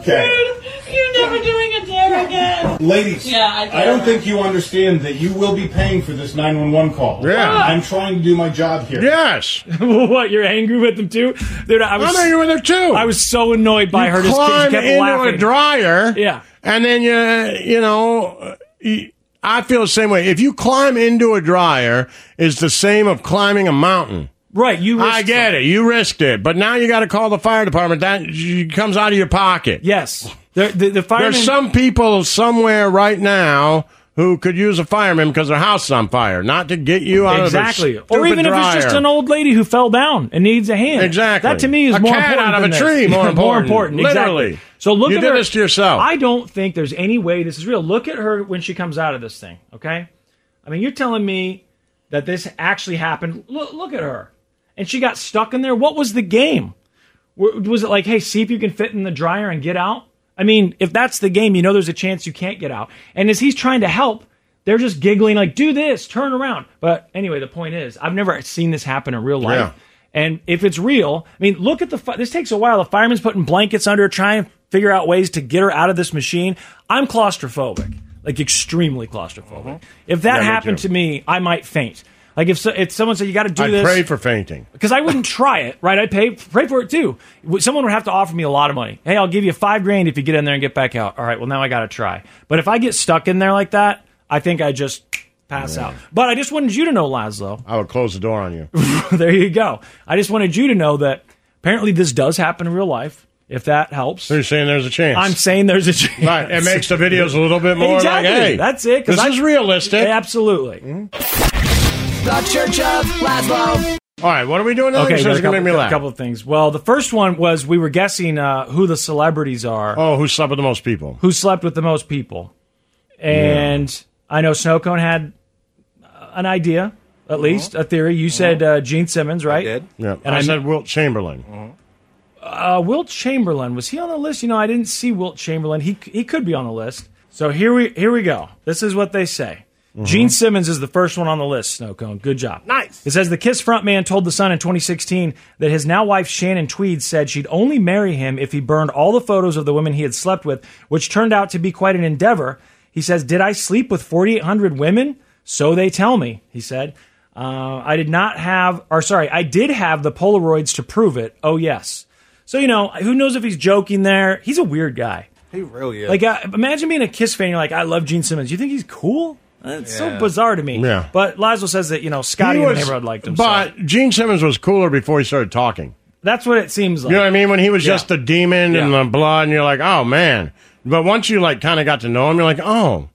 Okay.
Dude, you're never doing a dare again.
Ladies,
Yeah, I, did.
I don't think you understand that you will be paying for this 911 call.
Yeah.
I'm trying to do my job here.
Yes.
what? You're angry with them too, dude? I was,
I'm angry with her too.
I was so annoyed by
you
her. Just
Climb
she kept
into
laughing.
a dryer.
Yeah.
And then you you know you- I feel the same way. If you climb into a dryer, is the same of climbing a mountain.
Right, you.
I get it. You risked it, but now you got to call the fire department. That j- comes out of your pocket.
Yes, the, the fireman-
There's some people somewhere right now who could use a fireman because their house is on fire, not to get you out
exactly.
of the
Or even if it's just an old lady who fell down and needs a hand.
Exactly.
That to me is
A
more
cat
important
out of
than
a
this.
tree, more important.
exactly.
Literally.
So look
You
at
did
her.
this to yourself.
I don't think there's any way this is real. Look at her when she comes out of this thing. Okay. I mean, you're telling me that this actually happened. Look, look at her, and she got stuck in there. What was the game? W- Was it like, hey, see if you can fit in the dryer and get out? I mean, if that's the game, you know there's a chance you can't get out. And as he's trying to help, they're just giggling like, do this, turn around. But anyway, the point is, I've never seen this happen in real life.
Yeah.
And if it's real, I mean, look at the. Fi- this takes a while. The fireman's putting blankets under, her, trying to figure out ways to get her out of this machine. I'm claustrophobic, like extremely claustrophobic. If that
Mm-hmm. Yeah, me
happened
too.
to me, I might faint. Like if, so, if someone said you got to do
I'd
this,
pray for fainting.
because I wouldn't try it, right? I pay pray for it too. W- Someone would have to offer me a lot of money. Hey, I'll give you five grand if you get in there and get back out. All right, well now I got to try. But if I get stuck in there like that, I think I just pass out. But I just wanted you to know, Laszlo.
I would close the door on you.
there you go. I just wanted you to know that apparently this does happen in real life. If that helps,
You're saying there's a chance.
I'm saying there's a chance.
Right, it makes the videos a little bit more
exactly.
like, hey,
that's it. 'cause
this
I-
is realistic.
Yeah, absolutely.
Hmm?
The Church of Laszlo.
All right, what are we doing now?
Okay,
This
there's
is
a
gonna
couple,
make me laugh.
couple of things. Well, the first one was we were guessing uh, who the celebrities are.
Oh, who slept with the most people?
Who slept with the most people? And I know Snowcone had uh, an idea, at least a theory. You said uh, Gene Simmons, right? did.
Yeah,
And
I
I- Mm.
said Wilt Chamberlain.
Uh, Wilt Chamberlain was he on the list? You know, I didn't see Wilt Chamberlain. He he could be on the list. So here we here we go. This is what they say. Gene Simmons is the first one on the list, Snowcone. Good job. Nice. It says the Kiss frontman told The Sun in 2016 that his now wife Shannon Tweed said she'd only marry him if he burned all the photos of the women he had slept with, which turned out to be quite an endeavor. He says, Did I sleep with 4,800 women? So they tell me, he said. Uh, I did not have, or sorry, I did have the Polaroids to prove it. Oh, yes. So, you know, who knows if he's joking there? He's a weird guy.
He really is.
Like, uh, imagine being a Kiss fan. You're like, I love Gene Simmons. You think he's cool? That's so
Yeah.
bizarre to me.
Yeah.
But Lazo says that you know Scotty
He
in the
was-
neighborhood liked him. so
But Gene Simmons was cooler before he started talking.
that's what it seems like.
You know what I mean? When he was
Yeah.
just the demon and the blood, and you're like, oh man. But once you like kind of got to know him, you're like, oh,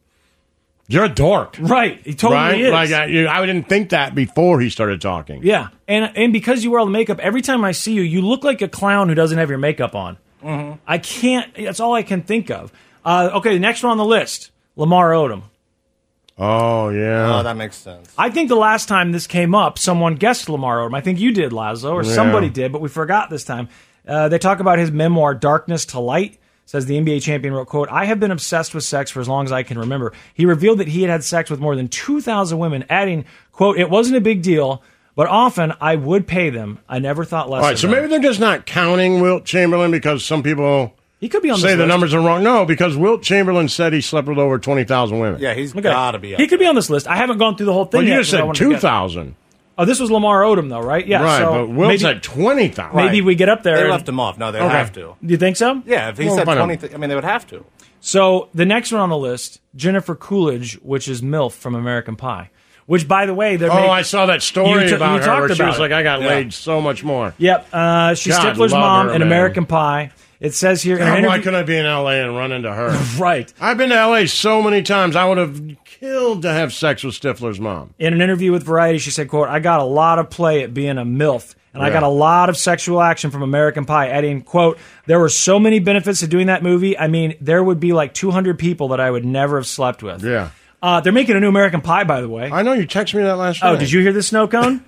you're a dork,
right? He totally
right?
is.
Like I, you, I didn't think that before he started talking.
yeah. And and because you wear all the makeup, every time I see you, you look like a clown who doesn't have your makeup on.
Mm-hmm.
I can't. That's all I can think of. Uh, okay, the next one on the list, Lamar Odom.
Oh yeah.
Oh, that makes sense.
I think the last time this came up, someone guessed Lamar Odom. I think you did, Lazo, or
Yeah.
somebody did, but we forgot this time. Uh, they talk about his memoir, Darkness to Light. Says the NBA champion wrote, "Quote: I have been obsessed with sex for as long as I can remember." He revealed that he had had sex with more than two thousand women, adding, "Quote: It wasn't a big deal, but often I would pay them. I never thought less."
All right,
of
so
them."
maybe they're just not counting Wilt Chamberlain because some people
he could be on
say
this
the
list.
numbers are wrong. No, because Wilt Chamberlain said he slept with over twenty thousand women.
Yeah, he's
Okay.
got to be up.
He could be on this list. I haven't gone through the whole thing.
Well, you
yet
just
'cause I
said
wanted to
two
get-
thousand,
Oh, this was Lamar Odom, though, right? Yeah.
right?
so
but Wilt's
maybe,
at twenty thousand.
maybe we get up there.
They
and-
left him off. No, they
Okay.
have to.
Do you think so?
Oh, Yeah, if he
Well,
said
why not?
twenty, th- I mean, they would have to.
So the next one on the list, Jennifer Coolidge, which is MILF from American Pie. Which, by the way, they're
Oh,
making-
I saw that story
You t- you
about her.
talked
Where she
about
was
it.
like, I got
Yeah.
laid so much more.
Yep, uh, she's
God,
Stifler's
love
mom
her,
in
man.
American Pie. It says here in an
God, why
interview,
couldn't I be in L.A. and run into her?
right
I've been to L.A. so many times. I would have killed to have sex with Stifler's mom.
in an interview with Variety, she said, "quote I got a lot of play at being a MILF." And I
Yeah.
got a lot of sexual action from American Pie, adding, quote, there were so many benefits to doing that movie. I mean, there would be like 200 people that I would never have slept with.
Yeah,
Uh, they're making a new American Pie, by the way.
I know you texted me that last night.
Oh, did you hear the snow cone?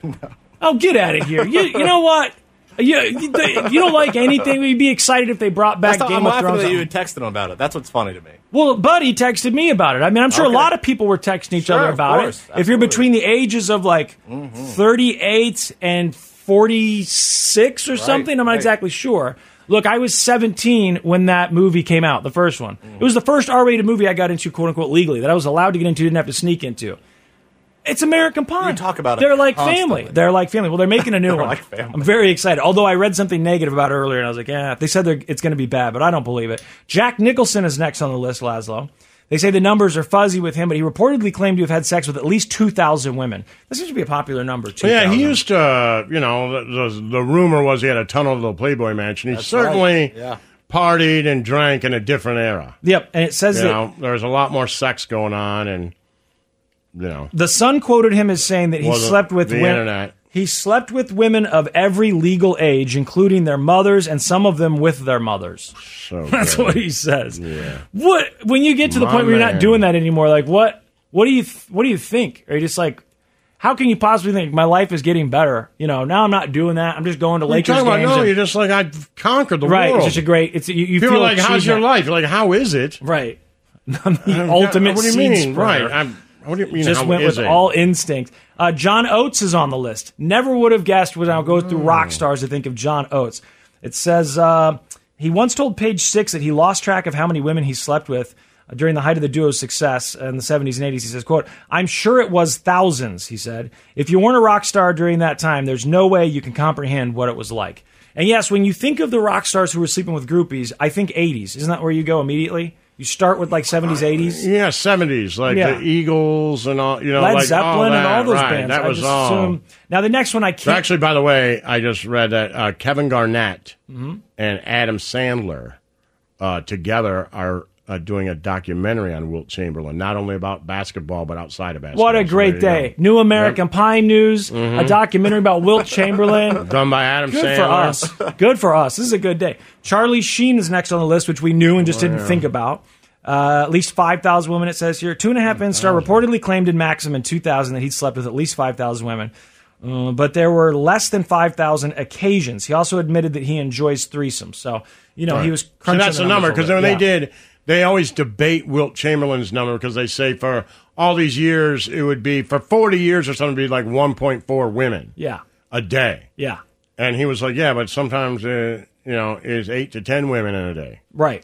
Oh, get out of here! You, you know what? You, you, you don't like anything. We'd be excited if they brought
That's
back
not,
Game
I'm
of
laughing
Thrones.
that you had texted him about it. That's what's funny to me.
Well, Buddy texted me about it. I mean, I'm sure
Okay.
a lot of people were texting each
Sure,
other
of
about it.
course.
If you're
Absolutely. Mm-hmm.
between the ages of like 38 and 46 or something, I'm not
right.
exactly sure. Look, I was 17 when that movie came out, the first one. It was the first R-rated movie I got into, quote unquote, legally that I was allowed to get into, didn't have to sneak into. It's American Pie.
You talk about it
They're like
constantly.
family. They're like family. Well, they're making a new one.
like family.
I'm very excited. Although I read something negative about it earlier, and I was like, "Yeah, they said they're- it's going to be bad, but I don't believe it." Jack Nicholson is next on the list, Laszlo. They say the numbers are fuzzy with him, but he reportedly claimed to have had sex with at least 2,000 women. This seems to be a popular number, too.
Yeah, he used to. uh, You know, the, the, the rumor was he had a tunnel to the Playboy Mansion. He
right.
certainly
Yeah.
partied and drank in a different era.
Yep, and it says
You
that
know, there was a lot more sex going on, and you know,
the Sun quoted him as saying that he
Wasn't
slept with
the
women.
internet.
He slept with women of every legal age, including their mothers, and some of them with their mothers.
so
That's
good.
what he says. What when you get to the
My
point where you're
man.
not doing that anymore? Like what? What do you th- What do you think? Are you just like, how can you possibly think my life is getting better? You know, now I'm not doing that. I'm just going to
You're
Lakers
talking about
games.
no,
and-
you're just like I've conquered the
right.
world.
It's such a great. It's you, you
People
feel
are like, "How's your
achievement."
life?" You're like, "How is it?"
Right. I'm the ultimate
What do you
seed
mean?
spreader.
Right. I'm, what do you mean?
just
how
went
is
with
it?
all instinct. Uh, John Oates is on the list. Never would have guessed when I go through
Mm.
rock stars to think of John Oates. It says uh, he once told Page Six that he lost track of how many women he slept with. during the height of the duo's success in the 70s and 80s. He says, quote, I'm sure it was thousands, he said. If you weren't a rock star during that time, there's no way you can comprehend what it was like. And yes, when you think of the rock stars who were sleeping with groupies, I think 80s. Isn't that where you go immediately? You start with like 70s, 80s?
Yeah, 70s, like
Yeah.
the Eagles and all, you know,
Led
like
Zeppelin and
all that,
all those
right,
bands.
That
I
was
just
all.
assume- Now, the next one I
So
can't.
actually, by the way, I just read that uh, Kevin Garnett
Mhm.
and Adam Sandler uh, together are uh, doing a documentary on Wilt Chamberlain, not only about basketball but outside of basketball.
What a
So
great
there you
day. New American Pie News, a
Mhm.
documentary about Wilt Chamberlain.
go. Done by Adam
good
Sandler.
for us. Good for us. This is a good day. Charlie Sheen is next on the list, which we knew and just
Oh,
didn't
yeah.
think about. Uh, at least 5,000 women, it says here. Two and a half men
Oh,
star reportedly claimed in Maxim in 2000 that he'd slept with at least 5,000 women. Uh, but there were less than 5,000 occasions. He also admitted that he enjoys threesomes. So, you know, he
Right.
was
So
crunching
that's the number because
because
when they did, they always debate Wilt Chamberlain's number because they say for all these years it would be for forty years or something, it'd be like one point four women
Yeah.
a day.
Yeah.
And he was like, "Yeah, but sometimes uh, you know is eight to ten women in a day."
Right.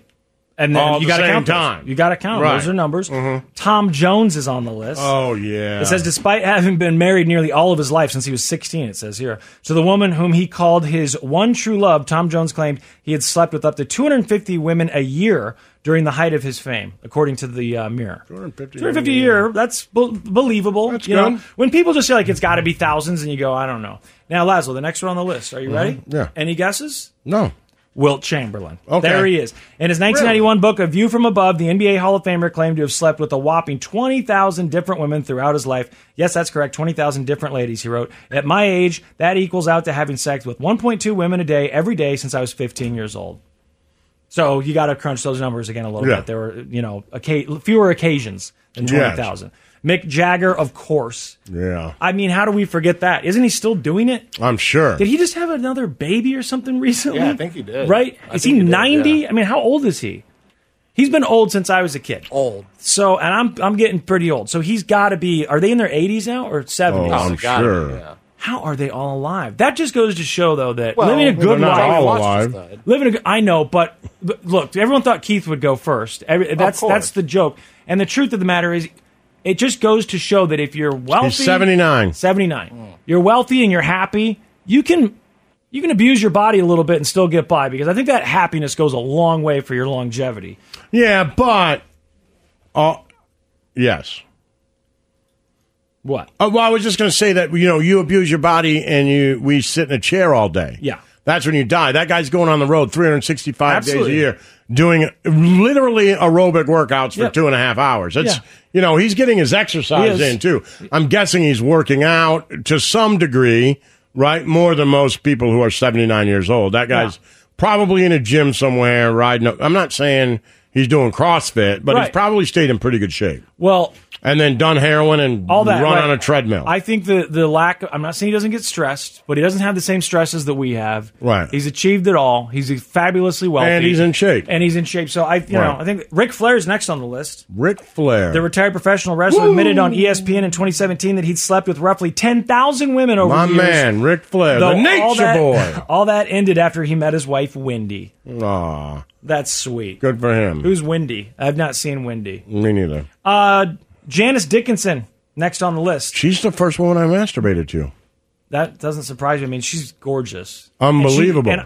And then
All at
you
the
got to
same
count those.
time.
You got to count.
Right. Mm-hmm.
Those are numbers. Tom Jones is on the list.
Oh yeah.
It says, despite having been married nearly all of his life since he was 16, it says here, to the woman whom he called his one true love, Tom Jones claimed he had slept with up to 250 women a year during the height of his fame, according to the uh, Mirror.
250,
250 a year, that's bel believable. That's you know,
good.
when people just say, like, it's got to be thousands, and you go, I don't know. Now, Laszlo, the next one on the list. Are you
Mhm.
ready?
Yeah.
Any guesses?
No.
Wilt Chamberlain.
Okay.
There he is. In his 1991 book, A View from Above, the NBA Hall of Famer claimed to have slept with a whopping 20,000 different women throughout his life. Yes, that's correct. 20,000 different ladies, he wrote. At my age, that equals out to having sex with 1.2 women a day every day since I was 15 years old. So you got to crunch those numbers again a little
Yeah.
bit. There were, you know, occa- fewer occasions than
Yes.
20,000. Mick Jagger, of course.
Yeah,
I mean, how do we forget that? Isn't he still doing it?
I'm sure.
Did he just have another baby or something recently?
Yeah, I think he did.
Right?
I
is he
think he did,
90?
yeah.
I mean, how old is he? He's been old since I was a kid. Old. So, and I'm I'm getting pretty old. So he's got to be. Are they in their 80s now or 70s?
Oh, I'm sure.
How are they all alive? That just goes to show, though, that
Well,
living a good
they're not
life.
all alive.
Living a good, I know, but, but look, everyone thought Keith would go first. Every, that's
course.
that's the joke. And the truth of the matter is, it just goes to show that if you're wealthy,
He's 79.
79. You're wealthy and you're happy. You can you can abuse your body a little bit and still get by because I think that happiness goes a long way for your longevity.
Yeah, but uh, yes.
What?
Oh, well, I was just going to say that you know you abuse your body and you we sit in a chair all day.
Yeah.
that's when you die. That guy's going on the road 365
Absolutely.
days a year doing literally aerobic workouts for
Yep.
two and a half hours. It's
Yeah.
you know he's getting his exercise
He is.
in too. I'm guessing he's working out to some degree, right? More than most people who are 79 years old. That guy's probably in a gym somewhere riding. Up. I'm not saying he's doing CrossFit, but
Right.
he's probably stayed in pretty good shape.
Well,
And then done heroin and
all that
run
right.
on a treadmill.
I think the the lack. Of, I'm not saying he doesn't get stressed, but he doesn't have the same stresses that we have.
Right.
He's achieved it all. He's fabulously wealthy,
And he's in shape.
And he's in shape. So I, you know,
Right.
I think Ric Flair's next on the list.
Ric Flair.
The retired professional wrestler
Woo!
admitted on E ESPN in 2017 that he'd slept with roughly 10,000 women over
My
the years.
man, Ric Flair,
Though
the Nature
all that-
Boy.
All that ended after he met his wife, Wendy.
Aw,
That's sweet.
good for him.
Who's Wendy? I've not seen Wendy.
Me neither.
Uh, Janice Dickinson, next on the list.
She's the first woman I masturbated to.
That doesn't surprise you. I mean, she's gorgeous.
Unbelievable.
And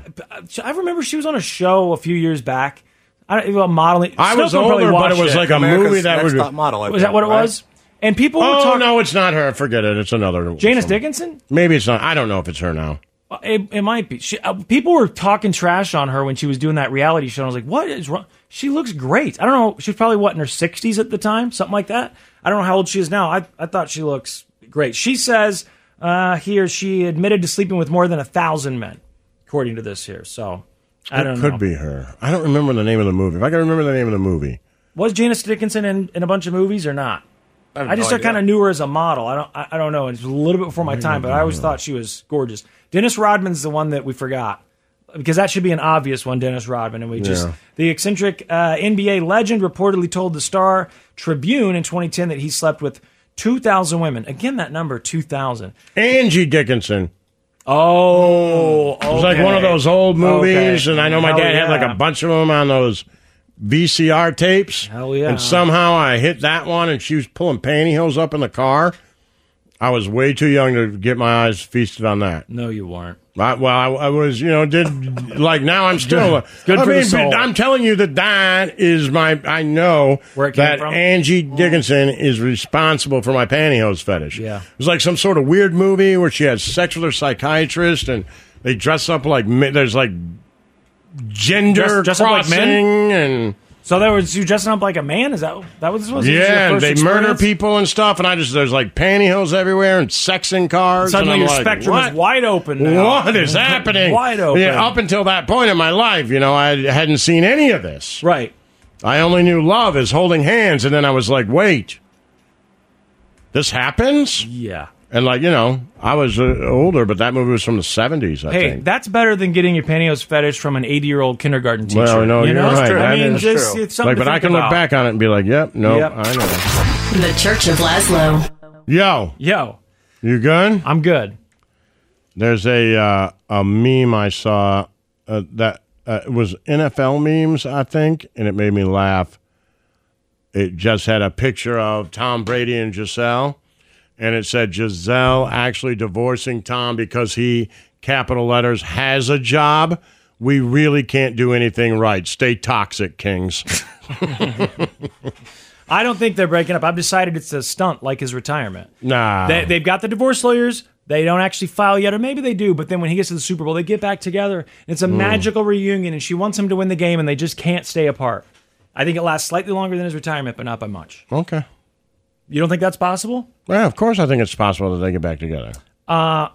she- and I- I remember she was on a show a few years back. I don't well, modeling.
I was
Snowcone probably
older, but it
watched
was like a
America's
movie that
Next
would.
Top Model, I
Was that what it was? And people were
oh
talking.
no, it's not her. Forget it. It's another.
Janice
someone.
Dickinson?
Maybe it's not. I don't know if it's her now.
Well, It, it might be. She, uh, people were talking trash on her when she was doing that reality show. And I was like, what is wrong? She looks great. I don't know. She was probably, what, in her 60s at the time? Something like that. I don't know how old she is now. I, I thought she looks great. She says uh, here she admitted to sleeping with more than a thousand men, according to this here. So I
It
don't
could
know.
be her. I don't remember the name of the movie. If I can remember the name of the movie,
Was Janice Dickinson in, in a bunch of movies or not?
I, have
I just
no
kind
idea.
of knew her as a model. I don't. I, I don't know. It's a little bit before my time, but I always thought she was gorgeous. Dennis Rodman's the one that we forgot because that should be an obvious one. Dennis Rodman, and we just
Yeah.
the eccentric uh, NBA legend reportedly told the Star Tribune in 2010 that he slept with 2,000 women. Again, that number 2,000.
Angie Dickinson.
Oh,
It was like one of those old movies, and I know my
Hell
dad had like
yeah.
a bunch of them on those VCR tapes.
Hell yeah.
And somehow I hit that one, and she was pulling pantyhose up in the car. I was way too young to get my eyes feasted on that.
No, you weren't.
I, well, I, I was, you know, did like now I'm still.
Good
I
for the
mean,
soul.
but I'm telling you that that is my. I know
Where it came
that
from? Mm.
Angie Dickinson is responsible for my pantyhose fetish.
Yeah.
it was like some sort of weird movie where she has sex with her psychiatrist, and they dress up like mi- there's like gender
Dress- dress up like
crossing
men?
and.
So there was you dressing up like a man. Is that that was this was? This was your
Yeah, and
first
they murder
experience?
people and stuff, and I just there's like pantyhose everywhere and sex in cars.
Suddenly
and
your
I'm like,
spectrum is
"What?"
wide open. Now.
What is happening?
wide open.
Yeah, up until that point in my life, you know, I hadn't seen any of this.
Right.
I only knew love is holding hands, and then I was like, wait, this happens?
Yeah.
And like, you know, I was uh, older, but that movie was from the 70s, I
hey,
think.
that's better than getting your pantyhose fetish from an 80 year old kindergarten teacher.
Well, no,
you
you're
know?
right.
I
That
mean,
is
just,
true.
it's something
Like, but
to
I
think
can
about.
look back on it and be like, yep, no,
Yep.
I know.
The Church of Laszlo.
Yo,
Yo,
you good?
I'm good.
There's a uh, a meme I saw uh, that uh, it was NFL memes, I think, and it made me laugh. It just had a picture of Tom Brady and Giselle, and it said Giselle actually divorcing Tom because he capital letters has a job. We really can't do anything right. Stay toxic, Kings.
I don't think they're breaking up. I've decided it's a stunt like his retirement.
nah.
They, they've got the divorce lawyers. They don't actually file yet, or maybe they do. But then when he gets to the Super Bowl, they get back together. And it's a
Hmm.
magical reunion, and she wants him to win the game, and they just can't stay apart. I think it lasts slightly longer than his retirement, but not by much.
okay.
You don't think that's possible?
Well, of course, I think it's possible that they get back together.
Uh,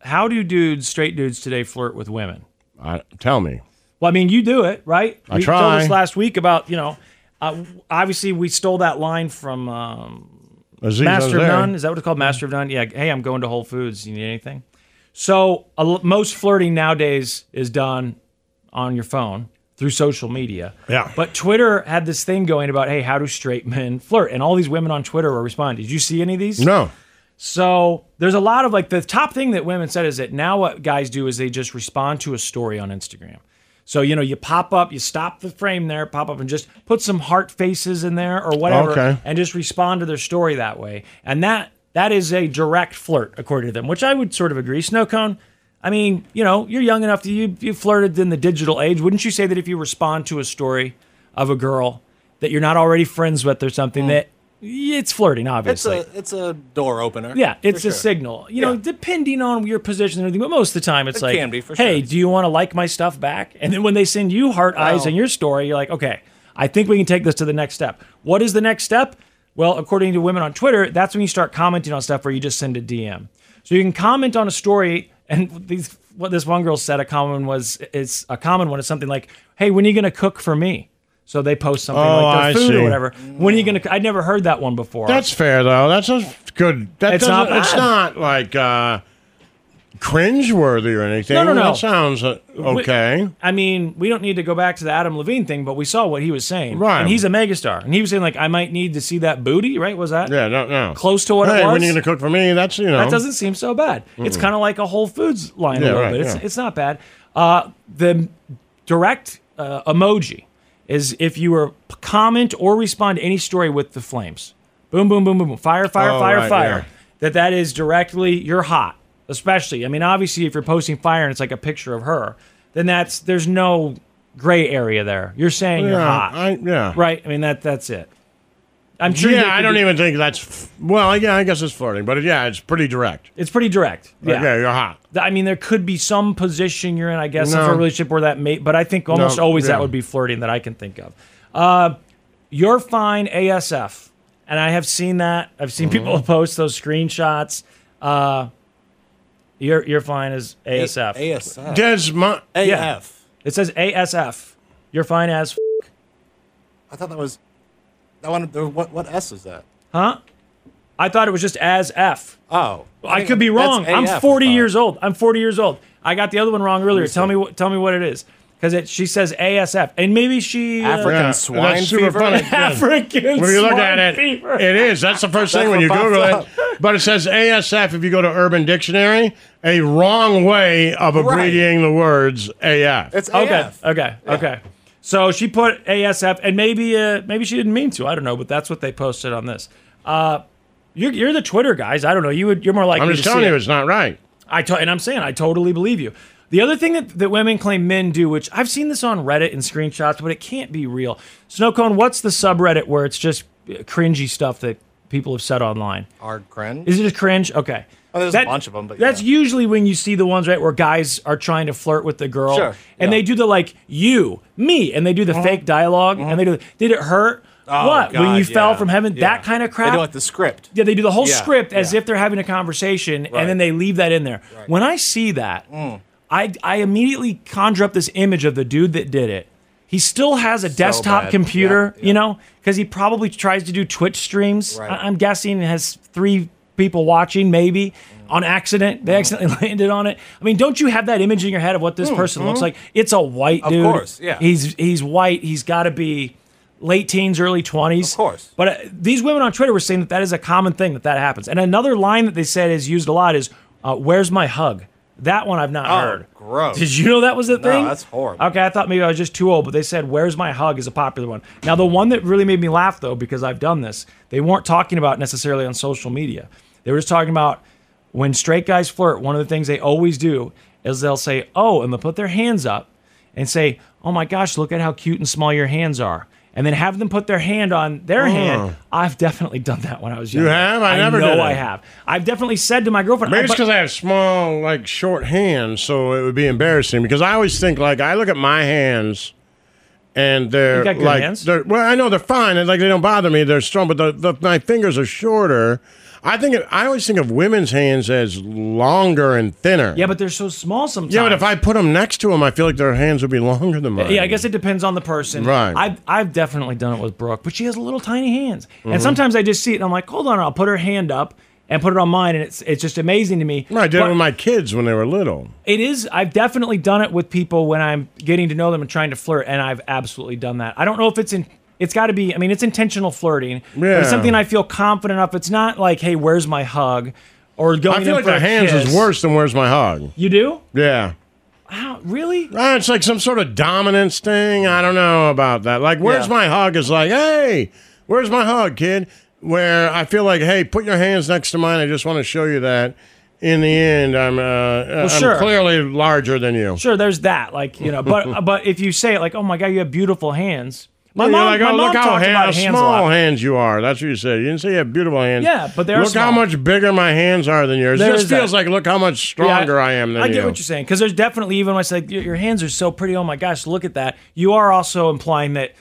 how do dudes, straight dudes today, flirt with women?
I, tell me.
Well, I mean, you do it, right?
I
we
try.
told us last week about, you know, uh, obviously we stole that line from um,
Aziz
Master of
Ansari.
None. Is that what it's called? Master of None? Yeah. Hey, I'm going to Whole Foods. You need anything? So a l most flirting nowadays is done on your phone through social media.
Yeah.
But Twitter had this thing going about, hey, how do straight men flirt? And all these women on Twitter were responding. Did you see any of these?
No.
So there's a lot of like the top thing that women said is that now what guys do is they just respond to a story on Instagram. So you know you pop up, you stop the frame there, pop up and just put some heart faces in there or whatever,
Okay.
and just respond to their story that way. And that that is a direct flirt according to them, which I would sort of agree. Snow cone. I mean, you know, you're young enough that you you flirted in the digital age. Wouldn't you say that if you respond to a story of a girl that you're not already friends with or something that it's flirting,
It's
obviously.
a it's a door opener.
Yeah, it's
for
a
sure.
signal. You know, depending on your position and everything, but most of the time
It
it's like,
can be, for
hey,
sure.
do you want to like my stuff back? And then when they send you heart eyes
Well-
and your story, you're like, okay, I think we can take this to the next step. What is the next step? Well, according to women on Twitter, that's when you start commenting on stuff where you just send a DM. So you can comment on a story, and these what this one girl said a common was is a common one is something like, hey, when are you gonna cook for me? So they post something
Oh,
like
I
their food
see.
or whatever. When are you gonna? I'd never heard that one before.
That's fair though. That's a good. That
It's
it's
not
not. It's
bad.
not like uh, cringeworthy or anything.
No, no, no.
That sounds uh,
We-
okay.
I mean, we don't need to go back to the Adam Levine thing, but we saw what he was saying.
Right.
And he's a megastar. And he was saying, like, I might need to see that booty, right? Was that?
yeah, no, no.
Close to what it
hey,
was?
when you gonna cook for me? That's you know.
That doesn't seem so bad. It's kind of like a Whole Foods line a
Yeah,
little
right,
bit. It's,
yeah.
it's not bad. Uh, the direct uh, emoji is if you were p- comment or respond to any story with the flames. Boom, boom, boom, boom, boom. Fire, fire,
Oh,
fire,
right,
fire.
yeah.
That that is directly you're hot. Especially, I mean, obviously, if you're posting fire and it's like a picture of her, then that's there's no gray area there. You're saying you're
Yeah,
hot,
I- yeah.
right? I mean that that's it. I'm sure.
yeah,
there
I
could
don't
be-
even think that's. f- Well, yeah, I guess it's flirting, but yeah, it's pretty direct.
It's pretty direct.
Like, yeah, you're hot.
Th- I mean, there could be some position you're in, I guess,
No.
for a relationship where that may, but I think almost
No,
always
yeah.
that would be flirting that I can think of. Uh, you're fine, ASF. And I have seen that. I've seen
Mm-hmm.
people post those screenshots. Uh, you're, you're fine as ASF.
ASF.
Des, my,
AF.
Yeah. It says ASF. You're fine as, f-
I thought that was that one. there- What what S is that?
huh? I thought it was just as F.
Oh,
I
think
could be
that's
wrong. I'm
AF, I
40
thought.
years old. I'm 40 years old. I got the other one wrong earlier.
me
Tell me
see.
what. Tell me what it is. Because she says ASF, and maybe she uh,
African
Yeah,
swine
that's super
fever.
funny.
African.
When you look
swine
at it,
fever.
it is. That's the first
That's
thing when
what
you
pops
Google
up.
it. But it says ASF if you go to Urban Dictionary, a wrong way of
Right.
abbreviating the words AF.
It's
Okay.
AF.
Okay. Okay. So she put ASF, and maybe uh, maybe she didn't mean to. I don't know, but that's what they posted on this. Uh, you're, you're the Twitter guys. I don't know. You would you're more likely.
I'm just
to see
telling you,
it.
it's not right.
I to- and I'm saying I totally believe you. The other thing that, that women claim men do, which I've seen this on Reddit in screenshots, but it can't be real. Snowcone, what's the subreddit where it's just uh, cringy stuff that people have said online?
Hard cringe.
Is it a cringe? Okay.
Oh, there's a
That-
bunch of them, but
that's usually when you see the ones right where guys are trying to flirt with the girl,
Sure, Mm-hmm.
and they do the like you, me, and they do the fake dialog and they do. Did it hurt?
Oh,
what when
God,
you fell
yeah,
from heaven?
yeah.
That kind of
They
crap.
do, like, the script.
Yeah, they do the whole
Yeah,
script as if they're having a conversation, and then they leave that in there. When I see that, I I immediately conjure up this image of the dude that did it. He still has a desktop
bad.
computer, you know, because he probably tries to do Twitch streams.
Right.
I- I'm guessing and has three people watching, maybe on accident.
Mm-hmm.
They accidentally landed on it. I mean, don't you have that image in your head of what this
Mm,
person looks
mhm.
like? It's a white
Of
dude.
course, yeah.
He's he's white. He's got to be late teens, early twenties. Of course. But uh, these women on Twitter were saying that that is a common thing that that happens. And another line that they said is used a lot is, uh, "Where's my hug?" That one I've not
Oh,
heard.
gross.
Did you know that was the
No,
thing?
that's horrible.
Okay, I thought maybe I was just too old, but they said "Where's my hug?" is a popular one. Now, the one that really made me laugh though, because I've done this, they weren't talking about necessarily on social media. They were just talking about when straight guys flirt. One of the things they always do is they'll say "Oh," and they'll put their hands up and say, "Oh my gosh, look at how cute and small your hands are." And then have them put their hand on their
Oh.
hand. I've definitely done that when I was
You
young.
have? I never
know
did it.
I have. I've definitely said to my girlfriend.
Maybe it's
but-
because I have small, like short hands, so it would be embarrassing. Because I always think like I look at my hands, and they're
You got good
like,
hands?
They're, well, I know they're fine, and like they don't bother me. They're strong, but the, the, my fingers are shorter. I think it, I always think of women's hands as longer and thinner.
yeah, but they're so small sometimes.
Yeah, but if I put them next to them, I feel like their hands would be longer than mine.
Yeah, I guess it depends on the person.
Right.
I've, I've definitely done it with Brooke, but she has little tiny hands.
Mhm.
And sometimes I just see it and I'm like, hold on, I'll put her hand up and put it on mine. And it's, it's just amazing to me.
I did it
But
with my kids when they were little.
It is, I've definitely done it with people when I'm getting to know them and trying to flirt. And I've absolutely done that. I don't know if it's in, it's got to be, I mean, it's intentional flirting. But
Yeah.
it's something I feel confident enough. It's not like, hey, where's my hug? Or going
I feel
in
like
Oh, for
the
a
hands
kiss.
is worse than where's my hug.
You do?
Yeah.
Wow, really?
Uh, it's like some sort of dominance thing. I don't know about that. Like, where's
Yeah.
my hug? Is like, hey, where's my hug, kid? Where I feel like, hey, put your hands next to mine. I just want to show you that. In the end, I'm uh, I'm
sure.
clearly larger than you.
Sure, there's that. Like you know, but but if you say it like, "Oh my God, you have beautiful hands," my
And you're
mom,
like,
my
oh,
mom
look how,
talked
hand, how
about hands a
small
lot.
hands you are. That's what you said. You didn't say you have beautiful hands.
Yeah, but they are
look how
small.
much bigger my hands are than yours.
There
it just
is that.
feels like look how much stronger
Yeah,
I am than
I
you.
get what you're saying because there's definitely even when I say your your hands are so pretty. Oh my gosh, look at that. You are also implying that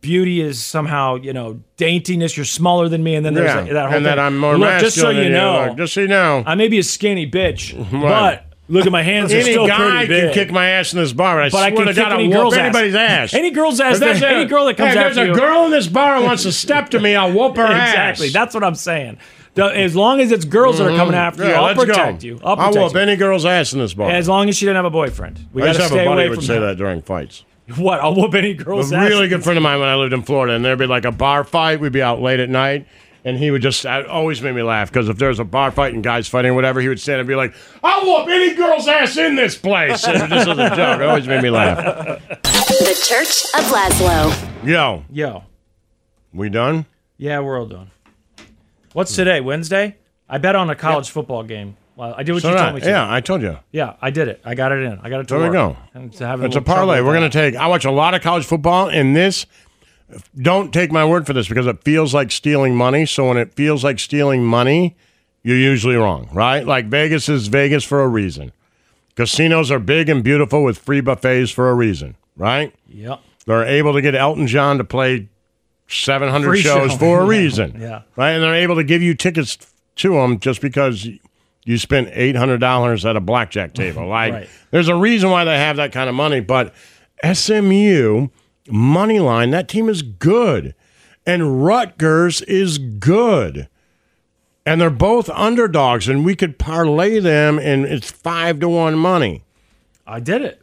beauty is somehow you know daintiness. You're smaller than me, and then there's
Yeah,
like, that whole
and
thing.
that I'm more
look, just so
masculine
you
than you.
know,
Look, just so you know,
I may be a skinny bitch,
Right.
but look at my hands. are
Any
still pretty
guy
big.
can kick my ass in this bar, but I
But I
swear
can
to God,
kick
I'll
any
whoop
girl's ass.
anybody's ass.
Any girl's ass.
If
That-
there's a-
any girl that comes
hey,
after
there's
you-
a girl in this bar who wants to step to me, I'll whoop her ass.
exactly. That's what I'm saying. The- As long as it's girls that are coming
Mhm.
after you,
Yeah,
I'll
let's go.
protect you. I'll
I'll
protect
whoop
you.
any girl's ass in this bar.
As long as she doesn't have a boyfriend, we
I
got
used
to
to have
stay
a buddy
away
who would
from that.
say that during fights.
What? I'll whoop any girl's
a
ass.
really good friend of mine when I lived in Florida, and there'd be like a bar fight. We'd be out late at night, and he would just it always made me laugh because if there was a bar fight and guys fighting or whatever, he would stand and be like, "I'll whoop any girl's ass in this place." And this was a joke. It always made me laugh.
The Church of Laszlo.
Yo,
Yo,
we done?
yeah, we're all done.
Hmm.
What's today? Wednesday? I bet on a college football game. Well, I did what
So
you
did
told
I.
me to.
Yeah, I told you.
yeah, I did it. I got it in. I got it to
There we
work.
go.
I'm just having
It's a
little trouble
parlay.
with
We're
that.
going to take. I watch a lot of college football, and this. Don't take my word for this because it feels like stealing money. So when it feels like stealing money, you're usually wrong, right? Like Vegas is Vegas for a reason. Casinos are big and beautiful with free buffets for a reason, right?
Yep.
They're able to get Elton John to play 700
Free
shows
show.
for a
Yeah.
reason.
Yeah.
Right? And they're able to give you tickets to them just because you spent $800 at a blackjack table. Like,
Right.
there's a reason why they have that kind of money. But SMU, money line, that team is good. And Rutgers is good. And they're both underdogs, and we could parlay them, and it's five to one money
I did it.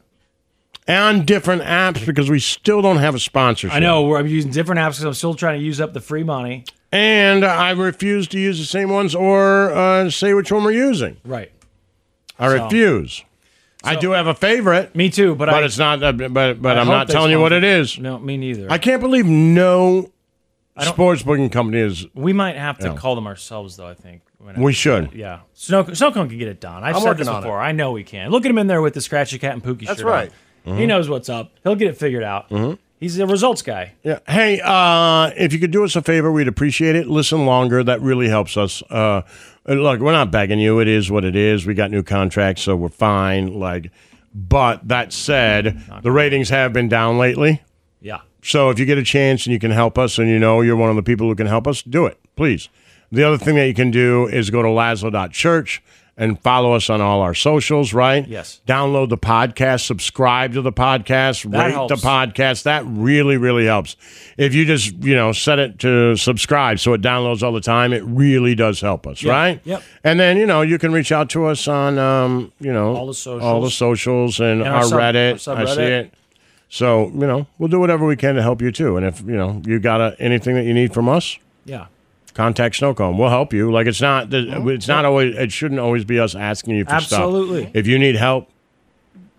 on different apps because we still don't have a sponsorship.
I know. We're, I'm using different apps because I'm still trying to use up the free money.
And I refuse to use the same ones or uh, say which one we're using.
Right.
I
So-
refuse. I do have a favorite.
Me too, but,
I, it's not. uh, But but I am not telling you what it is.
No, me neither.
I can't believe no sports booking company is.
We might have to
No.
call them ourselves, though. I think We're gonna
We
have to-
should.
Yeah, Snow Snow Cone can get it done. I've
I'm
said this
working on it.
before. I know we can. Look at him in there with the scratchy cat and Pookie
That's
shirt. on.
right. Mm-hmm.
He
Mhm.
knows what's up. He'll get it figured out.
Mhm.
He's a results guy.
Yeah. Hey, uh, if you could do us a favor, we'd appreciate it. Listen longer. That really helps us. Uh, and look, we're not begging you. It is what it is. We got new contracts, so we're fine. Like, but that said, the ratings have been down lately.
Yeah.
So if you get a chance and you can help us and you know you're one of the people who can help us, do it, please. The other thing that you can do is go to Lazlo.church and follow us on all our socials, right?
Yes.
Download the podcast, subscribe to the podcast,
That
rate
helps.
the podcast. That really, really helps. If you just, you know, set it to subscribe so it downloads all the time, it really does help us,
Yeah.
right?
Yep.
And then, you know, you can reach out to us on, um, you know,
All the socials.
all the socials and,
And our
our,
sub-
Reddit.
our
I see
subreddit.
it. So, you know, we'll do whatever we can to help you too. And if, you know, you got a, anything that you need from us,
Yeah.
contact Snowcone. We'll help you. Like it's not it's not always it shouldn't always be us asking you for stuff.
Absolutely.
If you need help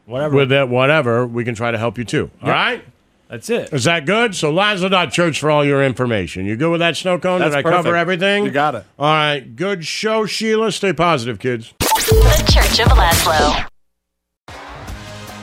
Whatever.
with that whatever, we can try to help you too. All
Yep.
right?
That's it.
Is that good? So Lazlo.church for all your information. You good with that snow cone?
That's
Did I cover
perfect.
everything?
You got it.
All right. Good show, Sheila. Stay positive, kids.
The Church of Laszlo.